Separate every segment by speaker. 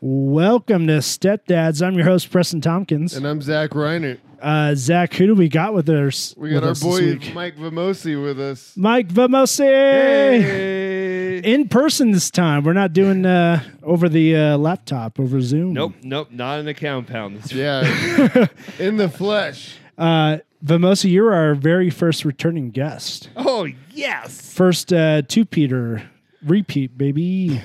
Speaker 1: Welcome to Stepdads. I'm your host, Preston Tompkins.
Speaker 2: And I'm Zach Reinert.
Speaker 1: Uh, Zach, who do we got with us?
Speaker 2: We got
Speaker 1: with
Speaker 2: our
Speaker 1: us this
Speaker 2: boy
Speaker 1: week?
Speaker 2: Mike Vimosi with us.
Speaker 1: Mike Vamosi.
Speaker 2: Hey.
Speaker 1: In person this time. We're not doing uh, over the uh, laptop, over Zoom.
Speaker 3: Nope, nope, not in a compound. This
Speaker 2: Yeah. In the flesh.
Speaker 1: Uh, Vamosi, you're our very first returning guest.
Speaker 3: Oh yes,
Speaker 1: First uh, two Peter repeat, baby.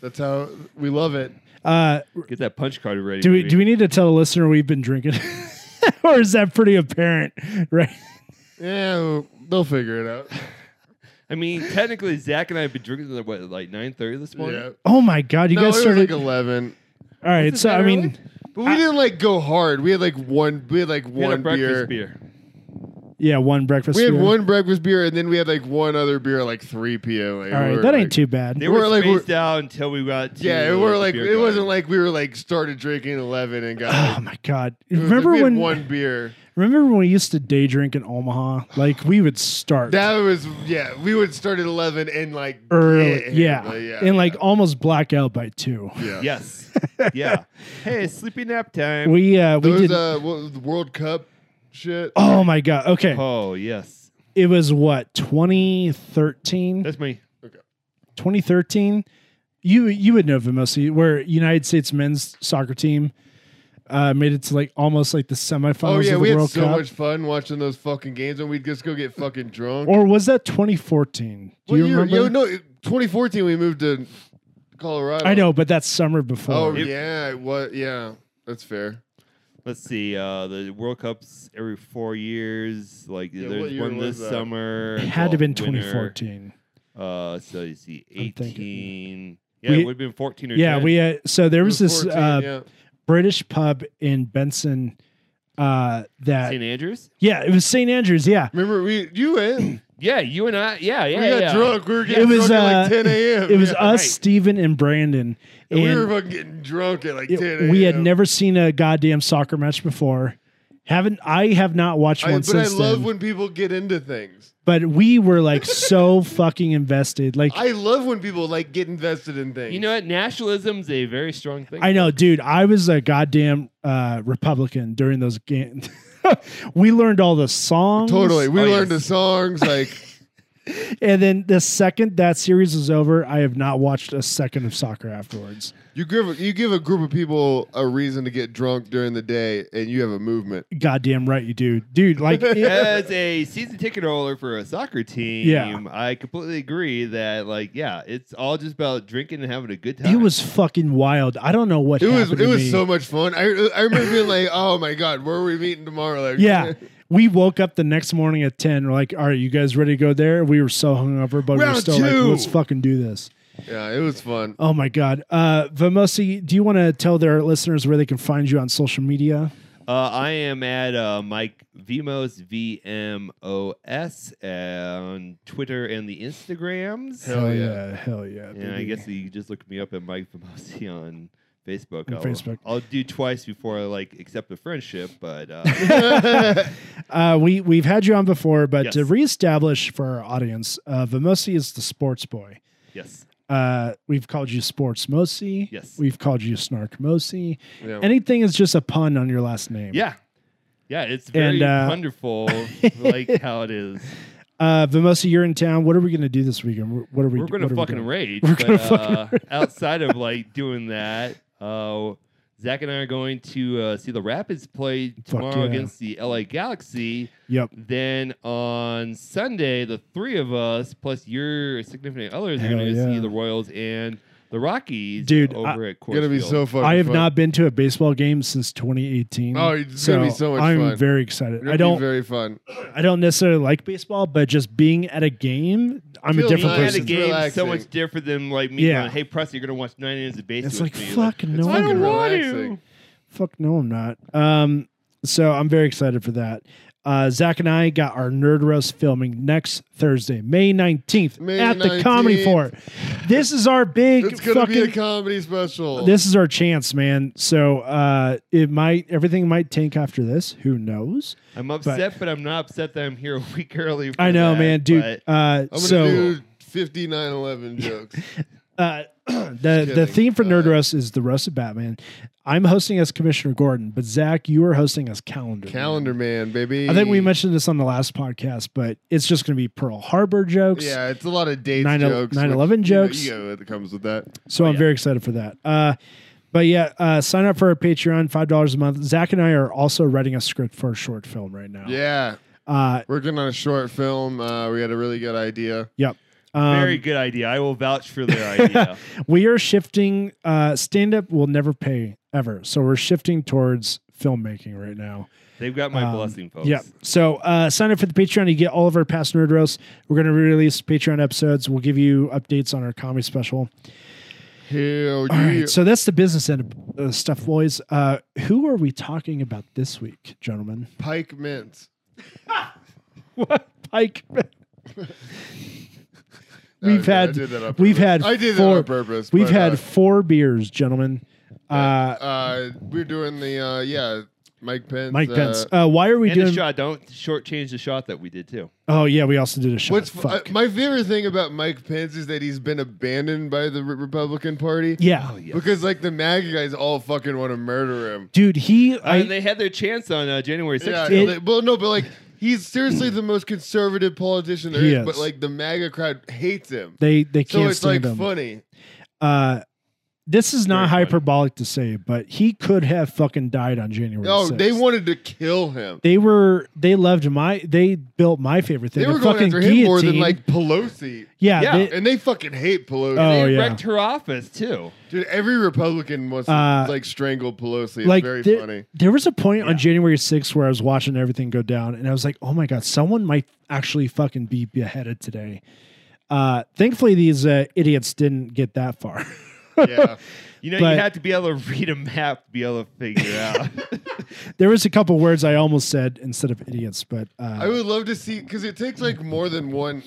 Speaker 2: That's how we love it.
Speaker 1: Uh,
Speaker 3: get that punch card ready.
Speaker 1: do we
Speaker 3: baby.
Speaker 1: do we need to tell the listener we've been drinking? or is that pretty apparent? Right.
Speaker 2: Yeah, they'll figure it out.
Speaker 3: I mean, technically, Zach and I have been drinking till what, like nine thirty this morning.
Speaker 2: Yeah.
Speaker 1: Oh my god, you
Speaker 2: no,
Speaker 1: guys
Speaker 2: it
Speaker 1: started
Speaker 2: was like 11.
Speaker 1: All right,
Speaker 3: Is
Speaker 1: so
Speaker 3: that
Speaker 1: I mean
Speaker 3: early?
Speaker 2: But we didn't like go hard. We had like one we had like
Speaker 3: we had a
Speaker 2: one beer.
Speaker 3: breakfast beer.
Speaker 1: yeah, one breakfast.
Speaker 2: We had
Speaker 1: beer.
Speaker 2: one breakfast beer and then we had like one other beer at like 3 p.m. Like,
Speaker 1: All
Speaker 2: we
Speaker 1: right,
Speaker 2: were,
Speaker 1: that
Speaker 2: like-
Speaker 1: ain't too bad.
Speaker 3: They
Speaker 2: We're
Speaker 3: were,
Speaker 2: like-
Speaker 3: spaced
Speaker 2: we're-
Speaker 3: out until we got. To
Speaker 2: Yeah, we were like
Speaker 3: the
Speaker 2: it
Speaker 3: beer
Speaker 2: wasn't
Speaker 3: garden.
Speaker 2: like we were like started drinking at 11 and got
Speaker 1: Oh
Speaker 2: like,
Speaker 1: my god!
Speaker 2: it was like
Speaker 1: Remember
Speaker 2: we had
Speaker 1: when?
Speaker 2: one beer.
Speaker 1: Remember when we used to day drink in Omaha? Like we would start
Speaker 2: That was yeah. We would start at eleven and like
Speaker 1: early,
Speaker 2: get hammered,
Speaker 1: yeah,
Speaker 2: like, yeah,
Speaker 1: and like almost black out by two.
Speaker 2: yeah.
Speaker 3: Yes. yeah. Hey, sleepy nap time.
Speaker 1: We uh we
Speaker 2: Those
Speaker 1: did.
Speaker 2: uh, what, was the World Cup shit.
Speaker 1: oh my god! Okay,
Speaker 3: oh yes,
Speaker 1: it was what 2013,
Speaker 3: that's me.
Speaker 1: 2013. You you would know Vimosi, where United States men's soccer team uh made it to like almost like the semifinals
Speaker 2: Oh yeah,
Speaker 1: of the
Speaker 2: we had
Speaker 1: World
Speaker 2: so
Speaker 1: Cup.
Speaker 2: much fun watching those fucking games, and we'd just go get fucking drunk.
Speaker 1: or was that 2014? Do
Speaker 2: What
Speaker 1: you
Speaker 2: year?
Speaker 1: remember?
Speaker 2: Yo, no, 2014 we moved to Colorado.
Speaker 1: I know, but that's summer before.
Speaker 2: Oh
Speaker 3: It-
Speaker 2: yeah, what? Yeah, that's fair.
Speaker 3: Let's see. Uh, the World Cups every four years. Like
Speaker 2: Yeah, what
Speaker 3: there's
Speaker 2: year
Speaker 3: one
Speaker 2: was
Speaker 3: this
Speaker 2: that?
Speaker 3: summer.
Speaker 1: it had to have been
Speaker 3: winter.
Speaker 1: 2014.
Speaker 3: Uh, so you see,
Speaker 1: I'm thinking.
Speaker 3: eighteen. Yeah,
Speaker 1: We-
Speaker 3: it would have been fourteen or
Speaker 1: Yeah,
Speaker 3: 10.
Speaker 1: we uh, so there
Speaker 2: It
Speaker 1: was, this
Speaker 2: 14,
Speaker 1: uh,
Speaker 2: yeah.
Speaker 1: British pub in Benson uh, that
Speaker 3: St. Andrews.
Speaker 1: yeah, it was St Andrews. Yeah,
Speaker 2: Remember we you went?
Speaker 3: Yeah, you and I. Yeah, yeah,
Speaker 2: we got
Speaker 3: yeah.
Speaker 2: drunk. We were getting
Speaker 1: was,
Speaker 2: drunk at
Speaker 1: uh,
Speaker 2: like 10 a.m.
Speaker 1: it was
Speaker 2: yeah.
Speaker 1: us,
Speaker 3: right.
Speaker 1: Stephen, and Brandon, and,
Speaker 2: And we were fucking getting drunk at like 10
Speaker 1: it-
Speaker 2: a.m.
Speaker 1: we had never seen a goddamn soccer match before. Haven't I have not watched
Speaker 2: I,
Speaker 1: one
Speaker 2: but I
Speaker 1: since
Speaker 2: love
Speaker 1: then.
Speaker 2: when people get into things.
Speaker 1: but we were like so fucking invested. Like I,
Speaker 2: I love when people like get invested in things.
Speaker 3: You know what? Nationalism's a very strong thing.
Speaker 1: know, dude, I was a goddamn uh, Republican during those games. we learned all the songs
Speaker 2: totally. We
Speaker 3: Oh,
Speaker 2: learned
Speaker 3: yes.
Speaker 2: the songs like
Speaker 1: And then the second that series is over, I have not watched a second of soccer afterwards.
Speaker 2: you give you give a group of people a reason to get drunk during the day, and you have a movement.
Speaker 1: Goddamn right you do. Dude, like it-
Speaker 3: As a season ticket holder for a soccer team,
Speaker 1: Yeah.
Speaker 3: I completely agree that, like, yeah, it's all just about drinking and having a good time.
Speaker 1: it was fucking wild. I don't know what
Speaker 2: It was
Speaker 1: happened
Speaker 2: it
Speaker 1: to
Speaker 2: was
Speaker 1: me.
Speaker 2: so much fun. I I remember being like, oh my god, where are we meeting tomorrow? Like,
Speaker 1: Yeah. We woke up the next morning at 10. We're like, all right, you guys ready to go there? We were so hungover, but we were
Speaker 2: Round
Speaker 1: still
Speaker 2: two.
Speaker 1: like, let's fucking do this.
Speaker 2: yeah, it was fun.
Speaker 1: Oh my God. Uh Vimosi, do you want to tell their listeners where they can find you on social media?
Speaker 3: Uh, I am at uh, Mike Vimos, V M O S, on Twitter and the Instagrams.
Speaker 2: Hell yeah.
Speaker 1: Hell yeah.
Speaker 3: and I
Speaker 1: baby.
Speaker 3: guess you just look me up at Mike Vimosi on Facebook.
Speaker 1: On
Speaker 3: I'll,
Speaker 1: Facebook.
Speaker 3: I'll do twice before I, like, accept the friendship, but uh,
Speaker 1: Uh, we we've had you on before, but to
Speaker 3: Yes.
Speaker 1: reestablish for our audience, uh, Vimosi is the sports boy.
Speaker 3: yes.
Speaker 1: Uh, we've called you Sports Mosi.
Speaker 3: Yes.
Speaker 1: We've called you Snark Mosi.
Speaker 2: Yeah.
Speaker 1: Anything is just a pun on your last name.
Speaker 3: Yeah. Yeah, it's
Speaker 1: And,
Speaker 3: very
Speaker 1: uh,
Speaker 3: wonderful, like how it is.
Speaker 1: Uh, Vimosi, you're in town. What are we going to do this weekend? Wh- What are we?
Speaker 3: We're gonna
Speaker 1: what are we
Speaker 3: fucking
Speaker 1: doing?
Speaker 3: rage.
Speaker 1: We're
Speaker 3: but,
Speaker 1: gonna fucking
Speaker 3: uh, outside of like doing that, uh, Zach and I are going to uh, see the Rapids play tomorrow
Speaker 1: yeah.
Speaker 3: against the LA Galaxy.
Speaker 1: Yep.
Speaker 3: Then on Sunday, the three of us plus your significant others are
Speaker 1: Hell
Speaker 3: gonna go
Speaker 1: yeah.
Speaker 3: see the Royals and the Rockies.
Speaker 1: Dude,
Speaker 3: over at Coors
Speaker 2: gonna be
Speaker 3: Field.
Speaker 2: so fucking.
Speaker 1: I have
Speaker 2: fun.
Speaker 1: not been to a baseball game since 2018.
Speaker 2: Oh, it's gonna be so much
Speaker 1: I'm
Speaker 2: fun.
Speaker 1: very excited.
Speaker 2: It'll
Speaker 1: I
Speaker 2: be
Speaker 1: don't.
Speaker 2: very fun.
Speaker 1: I don't necessarily like baseball, but just being at a game, I'm a
Speaker 2: Feels
Speaker 1: different
Speaker 2: nice.
Speaker 3: being at a
Speaker 1: person.
Speaker 2: It's
Speaker 3: game is so
Speaker 2: relaxing.
Speaker 3: much different than like me.
Speaker 1: Yeah.
Speaker 3: going, hey, Preston, you're gonna watch nine innings of baseball.
Speaker 1: It's like
Speaker 3: with me.
Speaker 1: fuck no.
Speaker 3: I
Speaker 2: fucking
Speaker 3: don't want
Speaker 2: relaxing.
Speaker 3: to.
Speaker 1: Fuck no, I'm not. Um, so I'm very excited for that. Uh, Zach and I got our Nerd Roast filming next Thursday, May 19th
Speaker 2: May
Speaker 1: at the Comedy
Speaker 2: 19th.
Speaker 1: Fort. This is our big
Speaker 2: It's gonna be a
Speaker 1: fucking.
Speaker 2: comedy special.
Speaker 1: This is our chance, man. So uh, it might everything might tank after this. Who knows?
Speaker 3: I'm upset, but, I'm not upset that I'm here a week early. for
Speaker 1: I know, Uh,
Speaker 3: that,
Speaker 1: man, dude.
Speaker 3: but-
Speaker 1: Uh,
Speaker 2: I'm gonna
Speaker 1: so
Speaker 2: do 5911 jokes.
Speaker 1: uh, the the
Speaker 2: kidding.
Speaker 1: theme for Nerd
Speaker 2: Uh,
Speaker 1: Roast is the roast of Batman. I'm hosting as Commissioner Gordon, but Zach, you are hosting as Calendar. Man.
Speaker 2: Calendar Man, baby.
Speaker 1: I think we mentioned this on the last podcast, but it's just going to be Pearl Harbor jokes.
Speaker 2: Yeah, it's a lot of dates
Speaker 1: Nine el-
Speaker 2: jokes.
Speaker 1: 9/11
Speaker 2: which, you know,
Speaker 1: jokes.
Speaker 2: You know, it comes with that.
Speaker 1: So I'm
Speaker 3: yeah.
Speaker 1: very excited for that. Uh, but yeah, uh, sign up for our Patreon, five dollars a month. Zach and I are also writing a script for a short film right now.
Speaker 2: Yeah,
Speaker 1: Uh,
Speaker 2: working on a short film. Uh, we had a really good idea.
Speaker 1: yep. Um,
Speaker 3: Very good idea. I will vouch for their idea.
Speaker 1: we are shifting. Uh, Stand up will never pay ever, so we're shifting towards filmmaking right now.
Speaker 3: They've got my
Speaker 1: Um,
Speaker 3: blessing, folks.
Speaker 1: Yep. So uh, sign up for the Patreon. You get all of our past nerd roasts. We're going to release Patreon episodes. We'll give you updates on our comedy special.
Speaker 2: Hell
Speaker 1: All right.
Speaker 2: yeah.
Speaker 1: So that's the business end of uh, stuff, boys. Uh, who are we talking about this week, gentlemen?
Speaker 2: Pike Mint.
Speaker 1: What Pike?
Speaker 2: No,
Speaker 1: We've
Speaker 2: I
Speaker 1: had-
Speaker 2: did that on
Speaker 1: we've had
Speaker 2: purpose. I did
Speaker 1: four-
Speaker 2: that on purpose.
Speaker 1: We've
Speaker 2: but,
Speaker 1: had
Speaker 2: uh,
Speaker 1: four beers, gentlemen. Uh,
Speaker 2: uh, we're doing the uh, yeah, Mike Pence.
Speaker 1: Mike
Speaker 2: uh,
Speaker 1: Pence. Uh, why are we
Speaker 3: and the
Speaker 1: doing?
Speaker 3: shot. Don't shortchange the shot that we did too.
Speaker 1: Oh yeah, we also did a shot.
Speaker 2: What's fu- uh,
Speaker 1: Fuck.
Speaker 2: my favorite thing about Mike Pence is that he's been abandoned by the Re- Republican Party.
Speaker 1: yeah.
Speaker 3: Oh, yeah.
Speaker 2: Because like the MAGA guys all fucking want to murder him.
Speaker 1: dude, he.
Speaker 3: I,
Speaker 1: I,
Speaker 3: Uh, they had their chance on uh, January 6th.
Speaker 2: Yeah,
Speaker 1: It-
Speaker 2: they- well, no, but like he's seriously the most conservative politician there
Speaker 1: He
Speaker 2: is,
Speaker 1: is.
Speaker 2: But like the MAGA crowd hates him,
Speaker 1: they they
Speaker 2: so
Speaker 1: can't
Speaker 2: it's like
Speaker 1: stand him.
Speaker 2: funny.
Speaker 1: Uh, this is
Speaker 3: Very
Speaker 1: not
Speaker 3: funny.
Speaker 1: hyperbolic to say, but he could have fucking died on January.
Speaker 2: No,
Speaker 1: 6th.
Speaker 2: Oh, they wanted to kill him.
Speaker 1: They were they loved my they built my favorite thing.
Speaker 2: They
Speaker 1: the
Speaker 2: were going
Speaker 1: fucking
Speaker 2: after him more than
Speaker 1: guillotine.
Speaker 2: like Pelosi,
Speaker 1: yeah,
Speaker 3: Yeah.
Speaker 1: they-
Speaker 2: and they fucking hate Pelosi.
Speaker 1: Oh,
Speaker 3: they
Speaker 1: yeah.
Speaker 3: wrecked her office too.
Speaker 2: Dude, every Republican wants to
Speaker 1: Uh,
Speaker 2: like strangle Pelosi. It's
Speaker 1: like
Speaker 2: very
Speaker 1: there,
Speaker 2: funny.
Speaker 1: there was a point
Speaker 3: Yeah.
Speaker 1: on January 6th where I was watching everything go down and I was like, oh my god, someone might actually fucking be beheaded today. Uh, thankfully, these uh, idiots didn't get that far.
Speaker 2: Yeah,
Speaker 3: You know,
Speaker 1: But-
Speaker 3: you had to be able to read a map, to be able to figure out.
Speaker 1: there was a couple words I almost said instead of idiots, but uh,
Speaker 2: I would love to see because it takes like more than one.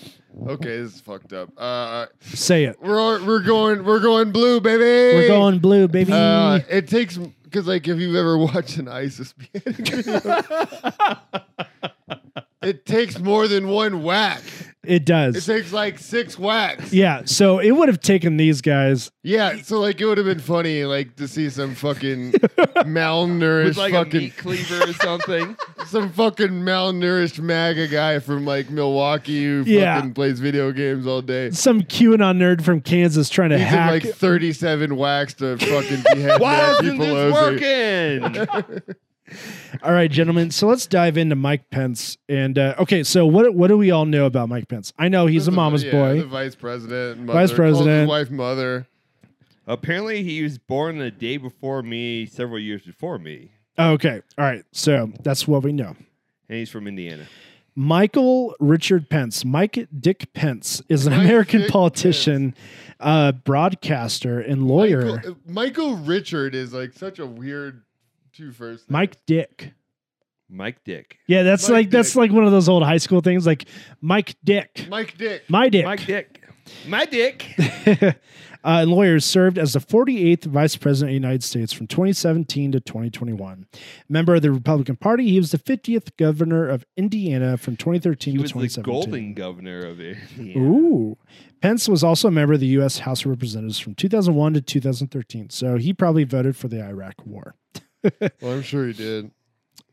Speaker 2: Okay, this is fucked up. Uh,
Speaker 1: say it.
Speaker 2: we're all- we're going we're going blue, baby.
Speaker 1: We're going blue, baby.
Speaker 2: Uh, it takes because like if you've ever watched an ISIS beheading, video, it takes more than one whack.
Speaker 1: it
Speaker 2: It
Speaker 1: does.
Speaker 2: takes like six whacks.
Speaker 1: yeah, so it would have taken these guys
Speaker 2: Yeah, so like it would have been funny like to see some fucking malnourished
Speaker 3: With like a
Speaker 2: fucking
Speaker 3: meat cleaver or something.
Speaker 2: some fucking malnourished MAGA guy from like Milwaukee who
Speaker 1: Yeah.
Speaker 2: fucking plays video games all day.
Speaker 1: some QAnon nerd from Kansas trying to
Speaker 2: He did
Speaker 1: hack.
Speaker 2: like 37 whacks to fucking behead
Speaker 3: Why
Speaker 2: Nancy
Speaker 3: isn't
Speaker 2: Pelosi.
Speaker 3: this working?
Speaker 1: all right, gentlemen. So let's dive into Mike Pence. And uh, okay, so what what do we all know about Mike Pence? I know he's a
Speaker 2: The-
Speaker 1: mama's
Speaker 2: yeah,
Speaker 1: boy.
Speaker 2: The vice president, mother,
Speaker 1: Vice
Speaker 2: calls his
Speaker 1: president.
Speaker 2: wife, mother.
Speaker 3: Apparently, he was born the day before me, several years before me,
Speaker 1: Oh, okay, all right. So that's what we know.
Speaker 3: and he's from Indiana.
Speaker 1: Michael Richard Pence, Mike Dick Pence, is an
Speaker 2: Mike
Speaker 1: American
Speaker 2: Dick
Speaker 1: politician, uh, broadcaster, and lawyer. Mike,
Speaker 2: Michael, uh, Michael Richard is like such a weird two first. names.
Speaker 1: Dick.
Speaker 3: Mike Dick.
Speaker 1: Yeah, that's
Speaker 2: Mike
Speaker 1: like that's
Speaker 2: Dick.
Speaker 1: like one of those old high school things, like Mike Dick,
Speaker 2: Mike Dick.
Speaker 1: my Dick.
Speaker 3: Mike Dick. My dick.
Speaker 1: uh, and lawyers served as the 48th vice president of the United States from 2017 to 2021. Member of the Republican Party, he was the 50th governor of Indiana from 2013
Speaker 3: He
Speaker 1: to
Speaker 3: was the
Speaker 1: 2017.
Speaker 3: golden governor of it.
Speaker 1: Ooh. Pence was also a member of the U.S. House of Representatives from 2001 to 2013, so he probably voted for the Iraq War.
Speaker 2: Well, I'm sure he did.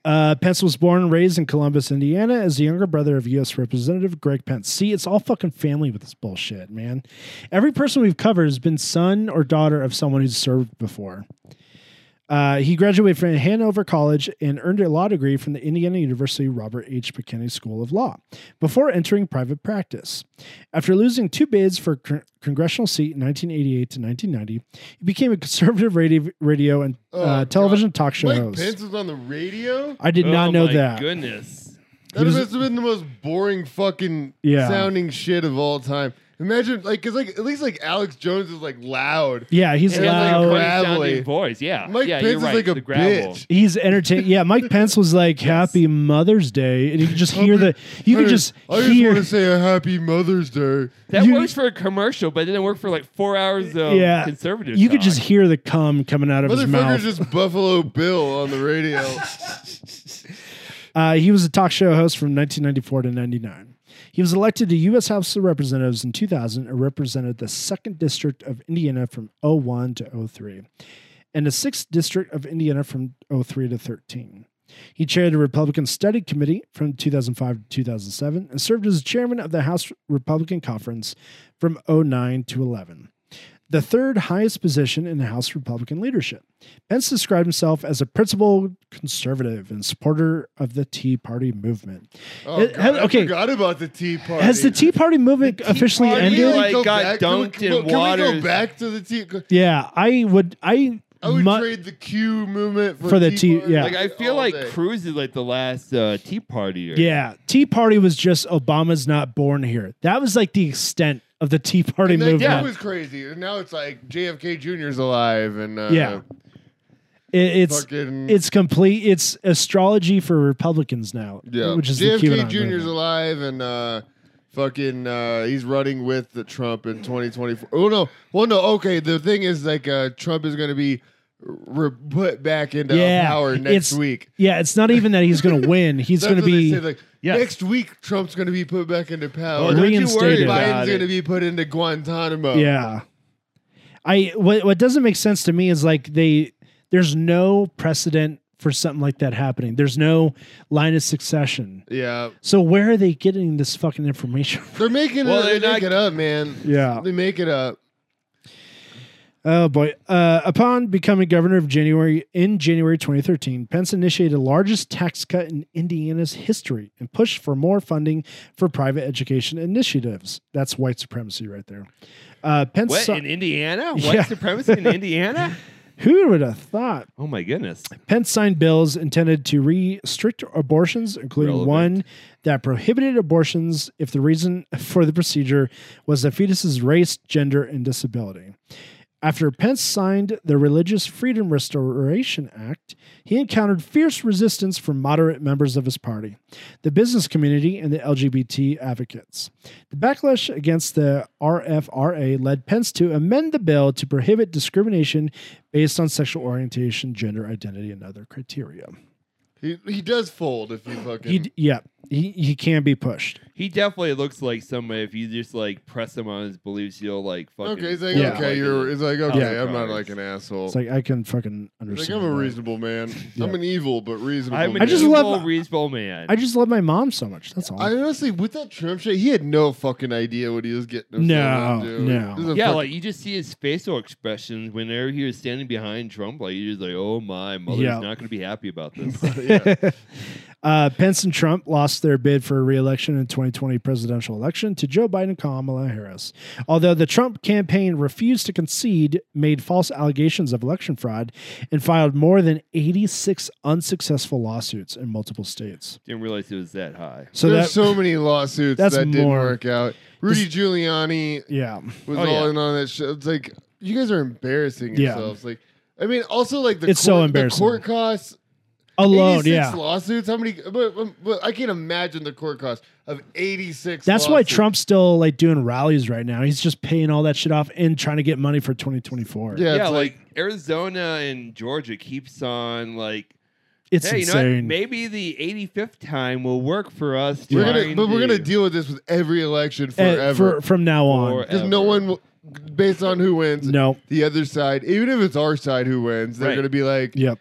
Speaker 1: Uh, Pence was born and raised in Columbus, Indiana, as the younger brother of U.S. Representative Greg Pence. See, it's all fucking family with this bullshit, man. Every person we've covered has been son or daughter of someone who's served before. Uh, he graduated from Hanover College and earned a law degree from the Indiana University Robert H. McKinney School of Law before entering private practice. After losing two bids for a con- congressional seat in 1988 to 1990, he became a conservative radio, radio and
Speaker 2: Oh,
Speaker 1: uh,
Speaker 2: God.
Speaker 1: television talk show
Speaker 2: Mike
Speaker 1: host.
Speaker 2: Pence was on the radio.
Speaker 1: I did not
Speaker 3: Oh
Speaker 1: know
Speaker 3: my
Speaker 1: that.
Speaker 3: Goodness.
Speaker 2: That
Speaker 1: was-
Speaker 2: must have been the most boring fucking
Speaker 1: Yeah.
Speaker 2: sounding shit of all time. Imagine like because like at least like Alex Jones is like loud.
Speaker 1: Yeah, he's
Speaker 2: And like
Speaker 1: loud.
Speaker 2: a
Speaker 3: funny
Speaker 2: gravelly.
Speaker 3: sounding voice. Yeah.
Speaker 2: Mike
Speaker 3: yeah,
Speaker 2: Pence
Speaker 3: you're
Speaker 2: is
Speaker 3: right.
Speaker 2: like a
Speaker 3: the gravel.
Speaker 2: bitch.
Speaker 1: He's entertaining. Yeah, Mike Pence was like "Happy Mother's Day," and you could just hear the. You could
Speaker 2: I
Speaker 1: just
Speaker 2: I just
Speaker 1: hear.
Speaker 2: want to say a happy Mother's Day.
Speaker 3: That
Speaker 1: You-
Speaker 3: works for a commercial, but it didn't work for like four hours of
Speaker 1: yeah,
Speaker 3: conservative.
Speaker 1: You could just
Speaker 3: talk.
Speaker 1: hear the cum coming out of his mouth.
Speaker 2: Motherfucker's just Buffalo Bill on the radio.
Speaker 1: Uh, he was a talk show host from 1994 to 99. He was elected to U.S. House of Representatives in 2000 and represented the 2nd District of Indiana from 01 to 03 and the 6th District of Indiana from 03 to 13. He chaired the Republican Study Committee from 2005 to 2007 and served as chairman of the House Republican Conference from 09 to 11, the third highest position in House Republican leadership. Pence described himself as a principled conservative and supporter of the Tea Party movement.
Speaker 2: Oh,
Speaker 1: It-
Speaker 2: God,
Speaker 1: ha- okay.
Speaker 2: I forgot about the Tea Party.
Speaker 1: Has the Tea Party movement officially
Speaker 2: Party,
Speaker 1: ended?
Speaker 3: like-
Speaker 2: go
Speaker 3: got
Speaker 2: back? Can we-
Speaker 3: dunked
Speaker 2: can
Speaker 3: in
Speaker 2: we- Can we
Speaker 3: waters.
Speaker 2: go back to the Tea?
Speaker 1: yeah, I would. I,
Speaker 2: I would
Speaker 1: mu-
Speaker 2: trade the Q movement for,
Speaker 1: For the Tea-
Speaker 2: Party
Speaker 1: yeah.
Speaker 3: Like I feel
Speaker 2: all
Speaker 3: like
Speaker 2: day.
Speaker 3: Cruz is like the last uh, Tea Partier.
Speaker 1: yeah, Tea Party was just Obama's not born here. That was like the extent of the Tea Party
Speaker 2: And that,
Speaker 1: movement.
Speaker 2: that was crazy. And now it's like JFK Jr.'s alive, and uh,
Speaker 1: Yeah. It- it's
Speaker 2: fucking
Speaker 1: it's complete. It's astrology for Republicans now.
Speaker 2: yeah,
Speaker 1: which is the
Speaker 2: JFK
Speaker 1: QAnon
Speaker 2: Jr.'s
Speaker 1: movement.
Speaker 2: alive, and uh, fucking uh, he's running with the Trump in 2024. Oh no, well no, okay. The thing is, like, uh, Trump is going to be re- put back into
Speaker 1: Yeah,
Speaker 2: power next
Speaker 1: it's-
Speaker 2: week.
Speaker 1: Yeah, it's not even that he's going to win. He's
Speaker 2: That's
Speaker 1: going to
Speaker 2: what they
Speaker 1: be
Speaker 2: say, like,
Speaker 1: yeah.
Speaker 2: next week. Trump's going to be put back into power.
Speaker 3: Oh, don't you worry
Speaker 1: Reinstated.
Speaker 3: about
Speaker 2: Biden's
Speaker 3: it.
Speaker 2: going to be put into Guantanamo.
Speaker 1: yeah. I what what doesn't make sense to me is like they there's no precedent for something like that happening. There's no line of succession.
Speaker 2: yeah.
Speaker 1: So where are they getting this fucking information? from?
Speaker 2: They're making
Speaker 3: Well,
Speaker 2: it. They
Speaker 3: they're
Speaker 2: make it
Speaker 3: not-
Speaker 2: up, man.
Speaker 1: Yeah.
Speaker 2: They make it up.
Speaker 1: Oh boy. Uh, upon becoming governor of January in January 2013, Pence initiated the largest tax cut in Indiana's history and pushed for more funding for private education initiatives. That's white supremacy right there. Uh, Pence,
Speaker 3: What
Speaker 1: saw-
Speaker 3: in Indiana? White
Speaker 1: Yeah.
Speaker 3: supremacy in Indiana?
Speaker 1: who would have thought?
Speaker 3: Oh my goodness.
Speaker 1: Pence signed bills intended to restrict abortions, including
Speaker 3: Relevant.
Speaker 1: one that prohibited abortions if the reason for the procedure was the fetus's race, gender, and disability. After Pence signed the Religious Freedom Restoration Act, he encountered fierce resistance from moderate members of his party, the business community, and the LGBT advocates. The backlash against the RFRA led Pence to amend the bill to prohibit discrimination based on sexual orientation, gender identity, and other criteria.
Speaker 2: He, he does fold if you fucking.
Speaker 1: He, d- yeah, he, he can be pushed.
Speaker 3: He definitely looks like somebody. If you just like press him on his beliefs, he'll like fucking.
Speaker 2: okay, he's like,
Speaker 1: Yeah.
Speaker 2: okay, you're. It's like, okay,
Speaker 3: Yeah.
Speaker 2: I'm not like an asshole.
Speaker 1: It's like I can fucking
Speaker 2: He's like,
Speaker 1: understand.
Speaker 2: I'm a
Speaker 1: that.
Speaker 2: reasonable man.
Speaker 1: Yeah.
Speaker 2: I'm an evil but reasonable.
Speaker 3: I'm an
Speaker 2: man.
Speaker 1: I just
Speaker 3: evil,
Speaker 1: love-
Speaker 3: reasonable man.
Speaker 1: I just love my mom so much. That's all.
Speaker 2: I honestly, with that Trump shit, he had no fucking idea what he was getting. himself
Speaker 1: No,
Speaker 2: into.
Speaker 1: no.
Speaker 2: This is a
Speaker 3: yeah,
Speaker 2: fucking-
Speaker 3: like you just see his facial expressions whenever he was standing behind Trump. Like you're just like, oh my, mother's
Speaker 1: Yeah.
Speaker 3: not going to be happy about this.
Speaker 2: yeah.
Speaker 1: uh, Pence and Trump lost their bid for re-election in 2020 presidential election to Joe Biden and Kamala Harris. Although the Trump campaign refused to concede, made false allegations of election fraud, and filed more than 86 unsuccessful lawsuits in multiple states.
Speaker 3: Didn't realize it was that high.
Speaker 1: So
Speaker 2: There's
Speaker 1: that
Speaker 2: so many lawsuits
Speaker 1: That's
Speaker 2: that didn't
Speaker 1: more.
Speaker 2: work out. Rudy Giuliani
Speaker 1: yeah,
Speaker 2: was
Speaker 3: Oh,
Speaker 2: all
Speaker 3: yeah.
Speaker 2: in on that shit. It's like you guys are embarrassing
Speaker 1: Yeah.
Speaker 2: yourselves. Like, I mean, also like the
Speaker 1: It's so
Speaker 2: court,
Speaker 1: embarrassing.
Speaker 2: The court costs
Speaker 1: alone,
Speaker 2: 86
Speaker 1: yeah.
Speaker 2: lawsuits. How many? But, but- but I can't imagine the court cost of 86.
Speaker 1: That's why
Speaker 2: lawsuits.
Speaker 1: Trump's still like doing rallies right now. He's just paying all that shit off and trying to get money for 2024.
Speaker 2: Yeah,
Speaker 3: yeah,
Speaker 2: it's
Speaker 3: like, Arizona and Georgia keeps on like,
Speaker 1: it's
Speaker 3: hey, you know what?
Speaker 1: insane.
Speaker 3: Maybe the 85th time will work for us.
Speaker 2: we're gonna,
Speaker 3: trying
Speaker 2: but we're gonna
Speaker 3: to-
Speaker 2: deal with this with every election
Speaker 1: Uh, for,
Speaker 2: forever.
Speaker 1: from now on,
Speaker 3: Forever.
Speaker 2: Because no one, will, based on who wins,
Speaker 1: no,
Speaker 2: the other side, even if it's our side who wins, they're
Speaker 3: Right.
Speaker 2: gonna be like,
Speaker 1: yep,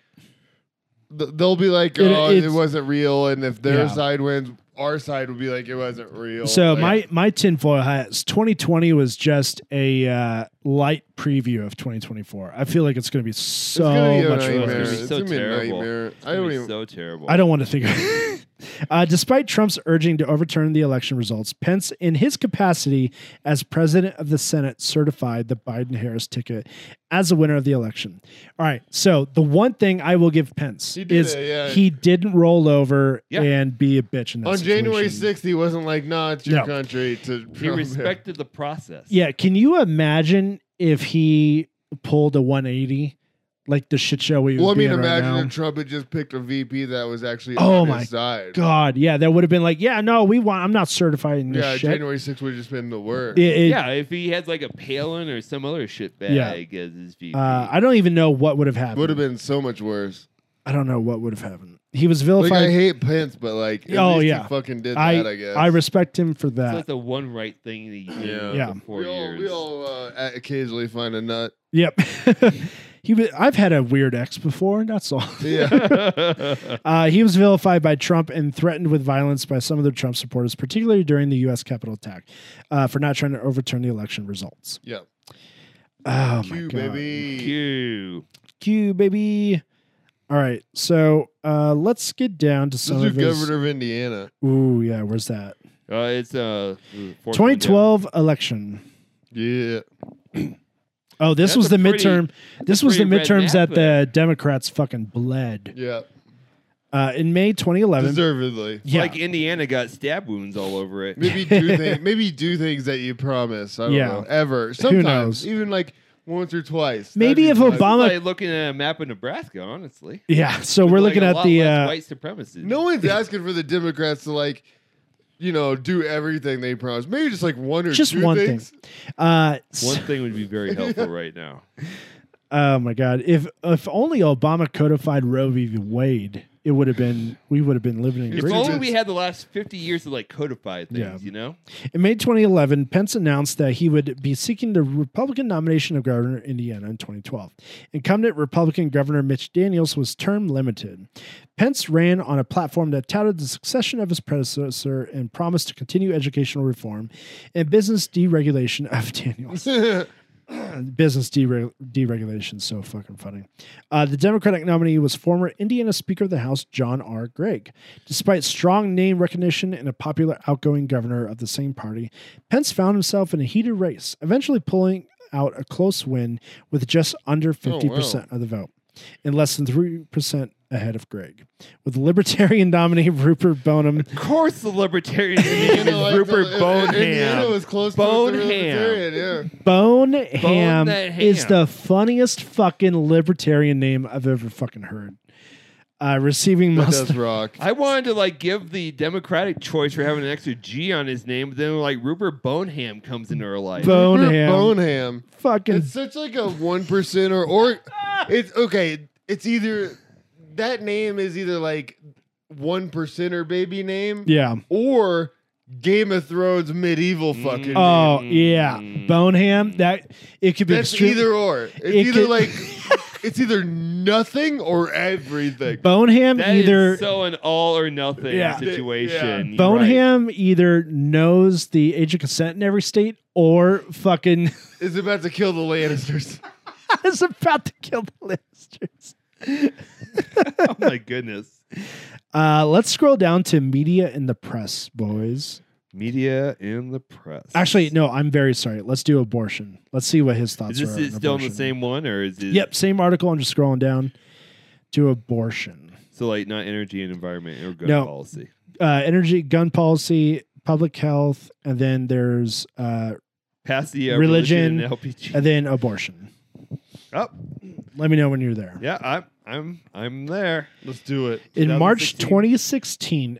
Speaker 2: th- they'll be like,
Speaker 1: It-
Speaker 2: oh, it,
Speaker 1: it's-
Speaker 2: wasn't real. And if their
Speaker 1: Yeah.
Speaker 2: side wins, our side will be like, it wasn't real.
Speaker 1: So
Speaker 2: Like,
Speaker 1: my my tinfoil hats. 2020 was just a uh, light preview of 2024. I feel like it's going to be
Speaker 2: it's
Speaker 1: so
Speaker 2: gonna be a
Speaker 1: much
Speaker 2: nightmare.
Speaker 3: gonna be
Speaker 1: worse.
Speaker 2: It's
Speaker 3: so
Speaker 2: gonna be a
Speaker 3: terrible.
Speaker 2: nightmare. I
Speaker 3: It's gonna
Speaker 2: don't
Speaker 3: be
Speaker 2: even.
Speaker 3: so terrible.
Speaker 1: I don't want to think. Of it. uh, despite Trump's urging to overturn the election results, Pence, in his capacity as president of the Senate, certified the Biden-Harris ticket as the winner of the election. All right. So the one thing I will give Pence
Speaker 2: He did
Speaker 1: is
Speaker 2: it, yeah.
Speaker 1: he didn't roll over
Speaker 3: Yeah.
Speaker 1: and be a bitch in that
Speaker 2: On January
Speaker 1: situation.
Speaker 2: 6th, he wasn't like, nah, it's your
Speaker 1: No.
Speaker 2: country. To
Speaker 3: He respected the process.
Speaker 1: Yeah, can you imagine if he pulled a 180, like the shit show we?
Speaker 2: Well, I
Speaker 1: would be
Speaker 2: mean,
Speaker 1: in right
Speaker 2: imagine
Speaker 1: now?
Speaker 2: if Trump had just picked a VP that was actually
Speaker 1: Oh
Speaker 2: on
Speaker 1: my
Speaker 2: his side.
Speaker 1: God, yeah, that would have been like, yeah, no, we want. I'm not certified in this
Speaker 2: Yeah,
Speaker 1: shit.
Speaker 2: January 6th would have just been the worst.
Speaker 1: It- it-
Speaker 3: yeah, if he had like a Palin or some other shit bag as his VP.
Speaker 1: uh, I don't even know what would have happened.
Speaker 2: Would have been so much worse.
Speaker 1: I don't know what would have happened. He was
Speaker 2: Like I
Speaker 1: vilified.
Speaker 2: hate Pence, but like, at
Speaker 1: Oh,
Speaker 2: least
Speaker 1: yeah.
Speaker 2: he fucking did
Speaker 1: I-
Speaker 2: that. I guess
Speaker 1: I, respect him for
Speaker 3: It's like
Speaker 1: that.
Speaker 3: the one right thing that you did
Speaker 2: Yeah.
Speaker 1: Yeah.
Speaker 3: for four
Speaker 2: We all,
Speaker 3: years.
Speaker 2: we all uh, a- occasionally find a nut.
Speaker 1: Yep. he. Was, I've had a weird ex before. That's all.
Speaker 2: Yeah,
Speaker 1: Uh, he was vilified by Trump and threatened with violence by some of the Trump supporters, particularly during the U.S. Capitol attack, uh, for not trying to overturn the election results.
Speaker 2: yeah.
Speaker 1: Oh my
Speaker 2: Q
Speaker 1: god,
Speaker 2: baby.
Speaker 3: Q.
Speaker 1: Q baby. All right, so uh, let's get down to
Speaker 2: This
Speaker 1: some
Speaker 2: is
Speaker 1: of his.
Speaker 2: governor of Indiana.
Speaker 1: Ooh, yeah, where's that?
Speaker 3: Uh, it's uh, ooh, fourth one down.
Speaker 1: 2012 election.
Speaker 2: Yeah,
Speaker 1: Oh, this
Speaker 3: That's
Speaker 1: was
Speaker 3: a
Speaker 1: the
Speaker 3: pretty-
Speaker 1: midterm. This
Speaker 3: a
Speaker 1: was the
Speaker 3: pretty red
Speaker 1: midterms
Speaker 3: map
Speaker 1: that
Speaker 3: there.
Speaker 1: the Democrats fucking bled.
Speaker 2: yeah.
Speaker 1: Uh, in May 2011.
Speaker 2: Deservedly.
Speaker 1: yeah.
Speaker 3: Like Indiana got stab wounds all over it.
Speaker 2: Maybe do things. Maybe do things that you promise. I don't
Speaker 1: Yeah.
Speaker 2: know. Ever. Sometimes
Speaker 1: knows?
Speaker 2: even like once or twice.
Speaker 1: Maybe if
Speaker 2: That'd be nice.
Speaker 1: Obama-
Speaker 3: It's like looking at a map of Nebraska, honestly.
Speaker 1: yeah. So we're
Speaker 3: With,
Speaker 1: looking
Speaker 3: like, a
Speaker 1: at
Speaker 3: lot
Speaker 1: the
Speaker 3: less
Speaker 1: uh,
Speaker 3: white supremacists.
Speaker 2: No one's asking for the Democrats to like, you know, do everything they promise. Maybe just like one or
Speaker 1: just
Speaker 2: two
Speaker 1: one
Speaker 2: things.
Speaker 1: thing. Uh, s-
Speaker 3: one thing would be very helpful right now.
Speaker 1: oh my God! If if only Obama codified Roe v. Wade, it would have been we would have been living in
Speaker 2: If
Speaker 3: If
Speaker 1: great.
Speaker 2: Great
Speaker 3: only
Speaker 2: times.
Speaker 3: we had the last 50 years to like codify things,
Speaker 1: Yeah.
Speaker 3: you know?
Speaker 1: In May 2011, Pence announced that he would be seeking the Republican nomination of governor of Indiana in 2012. Incumbent Republican Governor Mitch Daniels was term limited. Pence ran on a platform that touted the succession of his predecessor and promised to continue educational reform and business deregulation of Daniels. business dere- deregulation is so fucking funny. Uh, the Democratic nominee was former Indiana Speaker of the House John R. Gregg. Despite strong name recognition and a popular outgoing governor of the same party, Pence found himself in a heated race, eventually pulling out a close win with just under 50% of the vote and less than 3% ahead of Gregg. With Libertarian nominee Rupert Bonham
Speaker 3: Of course, the libertarian
Speaker 2: You know, I feel-
Speaker 3: Rupert
Speaker 2: if- if Indiana
Speaker 3: Boneham.
Speaker 2: was close to
Speaker 3: Boneham.
Speaker 2: the libertarian, yeah.
Speaker 1: Bone Ham
Speaker 3: that ham.
Speaker 1: is the funniest fucking libertarian name I've ever fucking heard. Uh, receiving
Speaker 2: That
Speaker 1: most
Speaker 2: does rock.
Speaker 3: I wanted to like give the Democratic choice for having an extra G on his name, but then like Rupert Boneham comes into her life.
Speaker 1: Bone
Speaker 2: Rupert
Speaker 1: Ham
Speaker 2: Boneham.
Speaker 1: fucking
Speaker 2: It's such like a one percent or or it's okay. It's either that name is either like one percenter baby name
Speaker 1: yeah.
Speaker 2: or Game of Thrones medieval fucking. name.
Speaker 1: Oh yeah, Bone Ham. That it could be
Speaker 2: That's
Speaker 1: extreme.
Speaker 2: either or. It's
Speaker 1: It
Speaker 2: either
Speaker 1: could-
Speaker 2: like it's either nothing or everything.
Speaker 1: Bone Ham
Speaker 3: That is
Speaker 1: either
Speaker 3: so an all or nothing
Speaker 1: Yeah.
Speaker 3: situation. You're
Speaker 1: Bone
Speaker 3: right.
Speaker 1: Ham either knows the age of consent in every state or fucking
Speaker 2: It's about to kill the Lannisters.
Speaker 1: is about to kill the Lannisters.
Speaker 3: Oh my goodness.
Speaker 1: Uh, let's scroll down to media and the press, boys.
Speaker 3: Media in the press.
Speaker 1: Actually, no, I'm very sorry. Let's do abortion. Let's see what his thoughts
Speaker 3: is this
Speaker 1: are.
Speaker 3: is
Speaker 1: on
Speaker 3: still in the
Speaker 1: abortion.
Speaker 3: same one, or is it?
Speaker 1: Yep, same article. I'm just scrolling down to abortion.
Speaker 3: So like not energy and environment or gun
Speaker 1: No.
Speaker 3: policy.
Speaker 1: Uh, energy, gun policy, public health, and then there's uh,
Speaker 3: Pass the uh,
Speaker 1: Religion
Speaker 3: religion, and LPG.
Speaker 1: and then abortion.
Speaker 3: oh,
Speaker 1: Let me know when you're there.
Speaker 3: yeah, I'm I'm I'm there.
Speaker 2: Let's do it.
Speaker 1: In March
Speaker 3: 2016.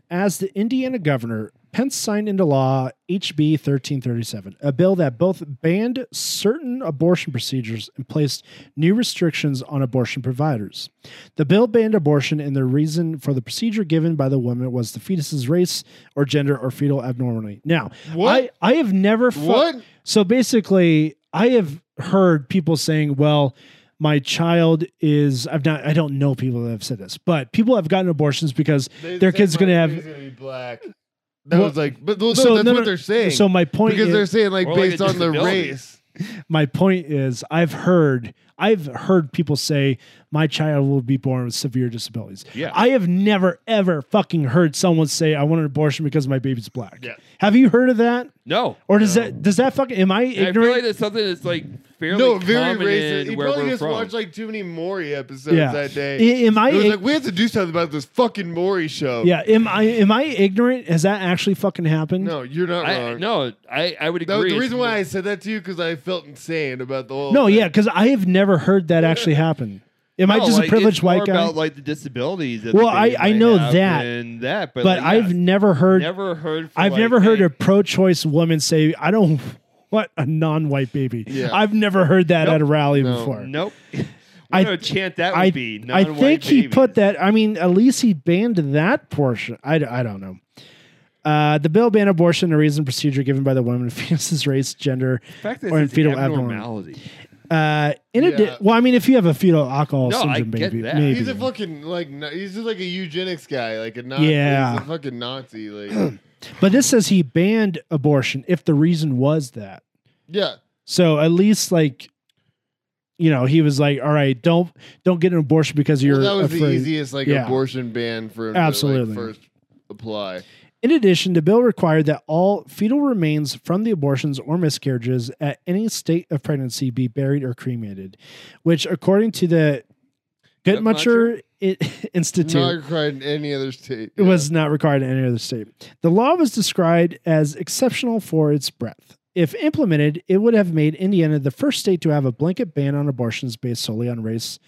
Speaker 1: 2016, as the Indiana governor, Pence signed into law HB 1337, a bill that both banned certain abortion procedures and placed new restrictions on abortion providers. The bill banned abortion, and the reason for the procedure given by the woman was the fetus's race or gender or fetal abnormality. Now,
Speaker 2: What?
Speaker 1: I, I have never. fu-
Speaker 2: What?
Speaker 1: so basically, I have heard people saying, "Well, my child is." I've not. I don't know people that have said this, but people have gotten abortions because
Speaker 2: They
Speaker 1: their
Speaker 2: said
Speaker 1: kid's
Speaker 2: my
Speaker 1: going to have.
Speaker 2: baby's gonna be black. That
Speaker 1: Well,
Speaker 2: was like, but well, no,
Speaker 1: so
Speaker 2: that's
Speaker 1: no,
Speaker 2: what
Speaker 1: no,
Speaker 2: they're saying.
Speaker 1: So my point
Speaker 2: because they're
Speaker 1: is,
Speaker 2: saying like
Speaker 3: Or like a
Speaker 2: based on the
Speaker 3: disability.
Speaker 2: race.
Speaker 1: my point is, I've heard, I've heard people say, "My child will be born with severe disabilities."
Speaker 3: Yeah.
Speaker 1: I have never ever fucking heard someone say, "I want an abortion because my baby's black."
Speaker 2: Yeah.
Speaker 1: Have you heard of that?
Speaker 3: No,
Speaker 1: Or does that does that fucking am I
Speaker 3: I feel
Speaker 1: ignorant?
Speaker 3: like that's something that's like fairly
Speaker 2: No, very
Speaker 3: common
Speaker 2: racist.
Speaker 3: in
Speaker 2: He
Speaker 3: where
Speaker 2: probably
Speaker 3: we're
Speaker 2: just
Speaker 3: from.
Speaker 2: watched like too many Maury episodes
Speaker 1: Yeah.
Speaker 2: that day.
Speaker 1: I- am I-
Speaker 2: It was like we have to do something about this fucking Maury show.
Speaker 1: yeah, am I am I ignorant? Has that actually fucking happened?
Speaker 2: No, you're not
Speaker 3: I,
Speaker 2: wrong.
Speaker 3: no, I I would
Speaker 2: That was
Speaker 3: agree.
Speaker 2: the reason why I said that to you because I felt insane about the whole.
Speaker 1: No,
Speaker 2: thing.
Speaker 1: yeah, because I have never heard that actually happen. Am I
Speaker 3: No,
Speaker 1: just
Speaker 3: like,
Speaker 1: a
Speaker 3: it's
Speaker 1: privileged
Speaker 3: more
Speaker 1: white guy?
Speaker 3: About like the disabilities. that
Speaker 1: Well,
Speaker 3: the baby
Speaker 1: I- I
Speaker 3: might
Speaker 1: know
Speaker 3: have
Speaker 1: that,
Speaker 3: and that, but,
Speaker 1: but
Speaker 3: like,
Speaker 1: I've
Speaker 3: yes,
Speaker 1: never heard.
Speaker 3: never heard. for,
Speaker 1: I've
Speaker 3: like,
Speaker 1: never heard
Speaker 3: hey,
Speaker 1: a pro-choice woman say, "I don't want a non-white baby."
Speaker 2: Yeah.
Speaker 1: I've never heard that
Speaker 3: Nope.
Speaker 1: at a rally
Speaker 2: No.
Speaker 1: before.
Speaker 3: Nope.
Speaker 1: I-
Speaker 3: I know chant that would
Speaker 1: I-
Speaker 3: be.
Speaker 1: I
Speaker 3: Non-white
Speaker 1: think he
Speaker 3: babies.
Speaker 1: put that. I mean, at least he banned that portion. I, d- I don't know. Uh, the bill banned abortion, a reason procedure given by the woman, fetus's race, gender.
Speaker 3: The fact that
Speaker 1: or in
Speaker 3: it's
Speaker 1: fetal
Speaker 3: fetal
Speaker 1: abnormal.
Speaker 3: abnormality.
Speaker 1: Uh, in
Speaker 2: Yeah.
Speaker 1: addi- well, I mean, if you have a fetal alcohol
Speaker 3: No, I
Speaker 1: syndrome,
Speaker 3: get
Speaker 1: baby,
Speaker 3: that.
Speaker 1: maybe.
Speaker 2: He's a fucking like na- he's just like a eugenics guy, like a Nazi.
Speaker 1: Yeah.
Speaker 2: he's a fucking Nazi. Like
Speaker 1: but this says he banned abortion if the reason was that.
Speaker 2: yeah,
Speaker 1: So at least like, you know, he was like, all right, don't don't get an abortion because you're
Speaker 2: well, that was
Speaker 1: afraid.
Speaker 2: the easiest like
Speaker 1: Yeah.
Speaker 2: abortion ban for him to, like,
Speaker 1: Absolutely.
Speaker 2: first apply.
Speaker 1: In addition, the bill required that all fetal remains from the abortions or miscarriages at any state of pregnancy be buried or cremated, which, according to the Guttmacher I- Institute,
Speaker 2: Not required in any other state.
Speaker 1: it was not required in any other state. The law was described as exceptional for its breadth. If implemented, it would have made Indiana the first state to have a blanket ban on abortions based solely on race,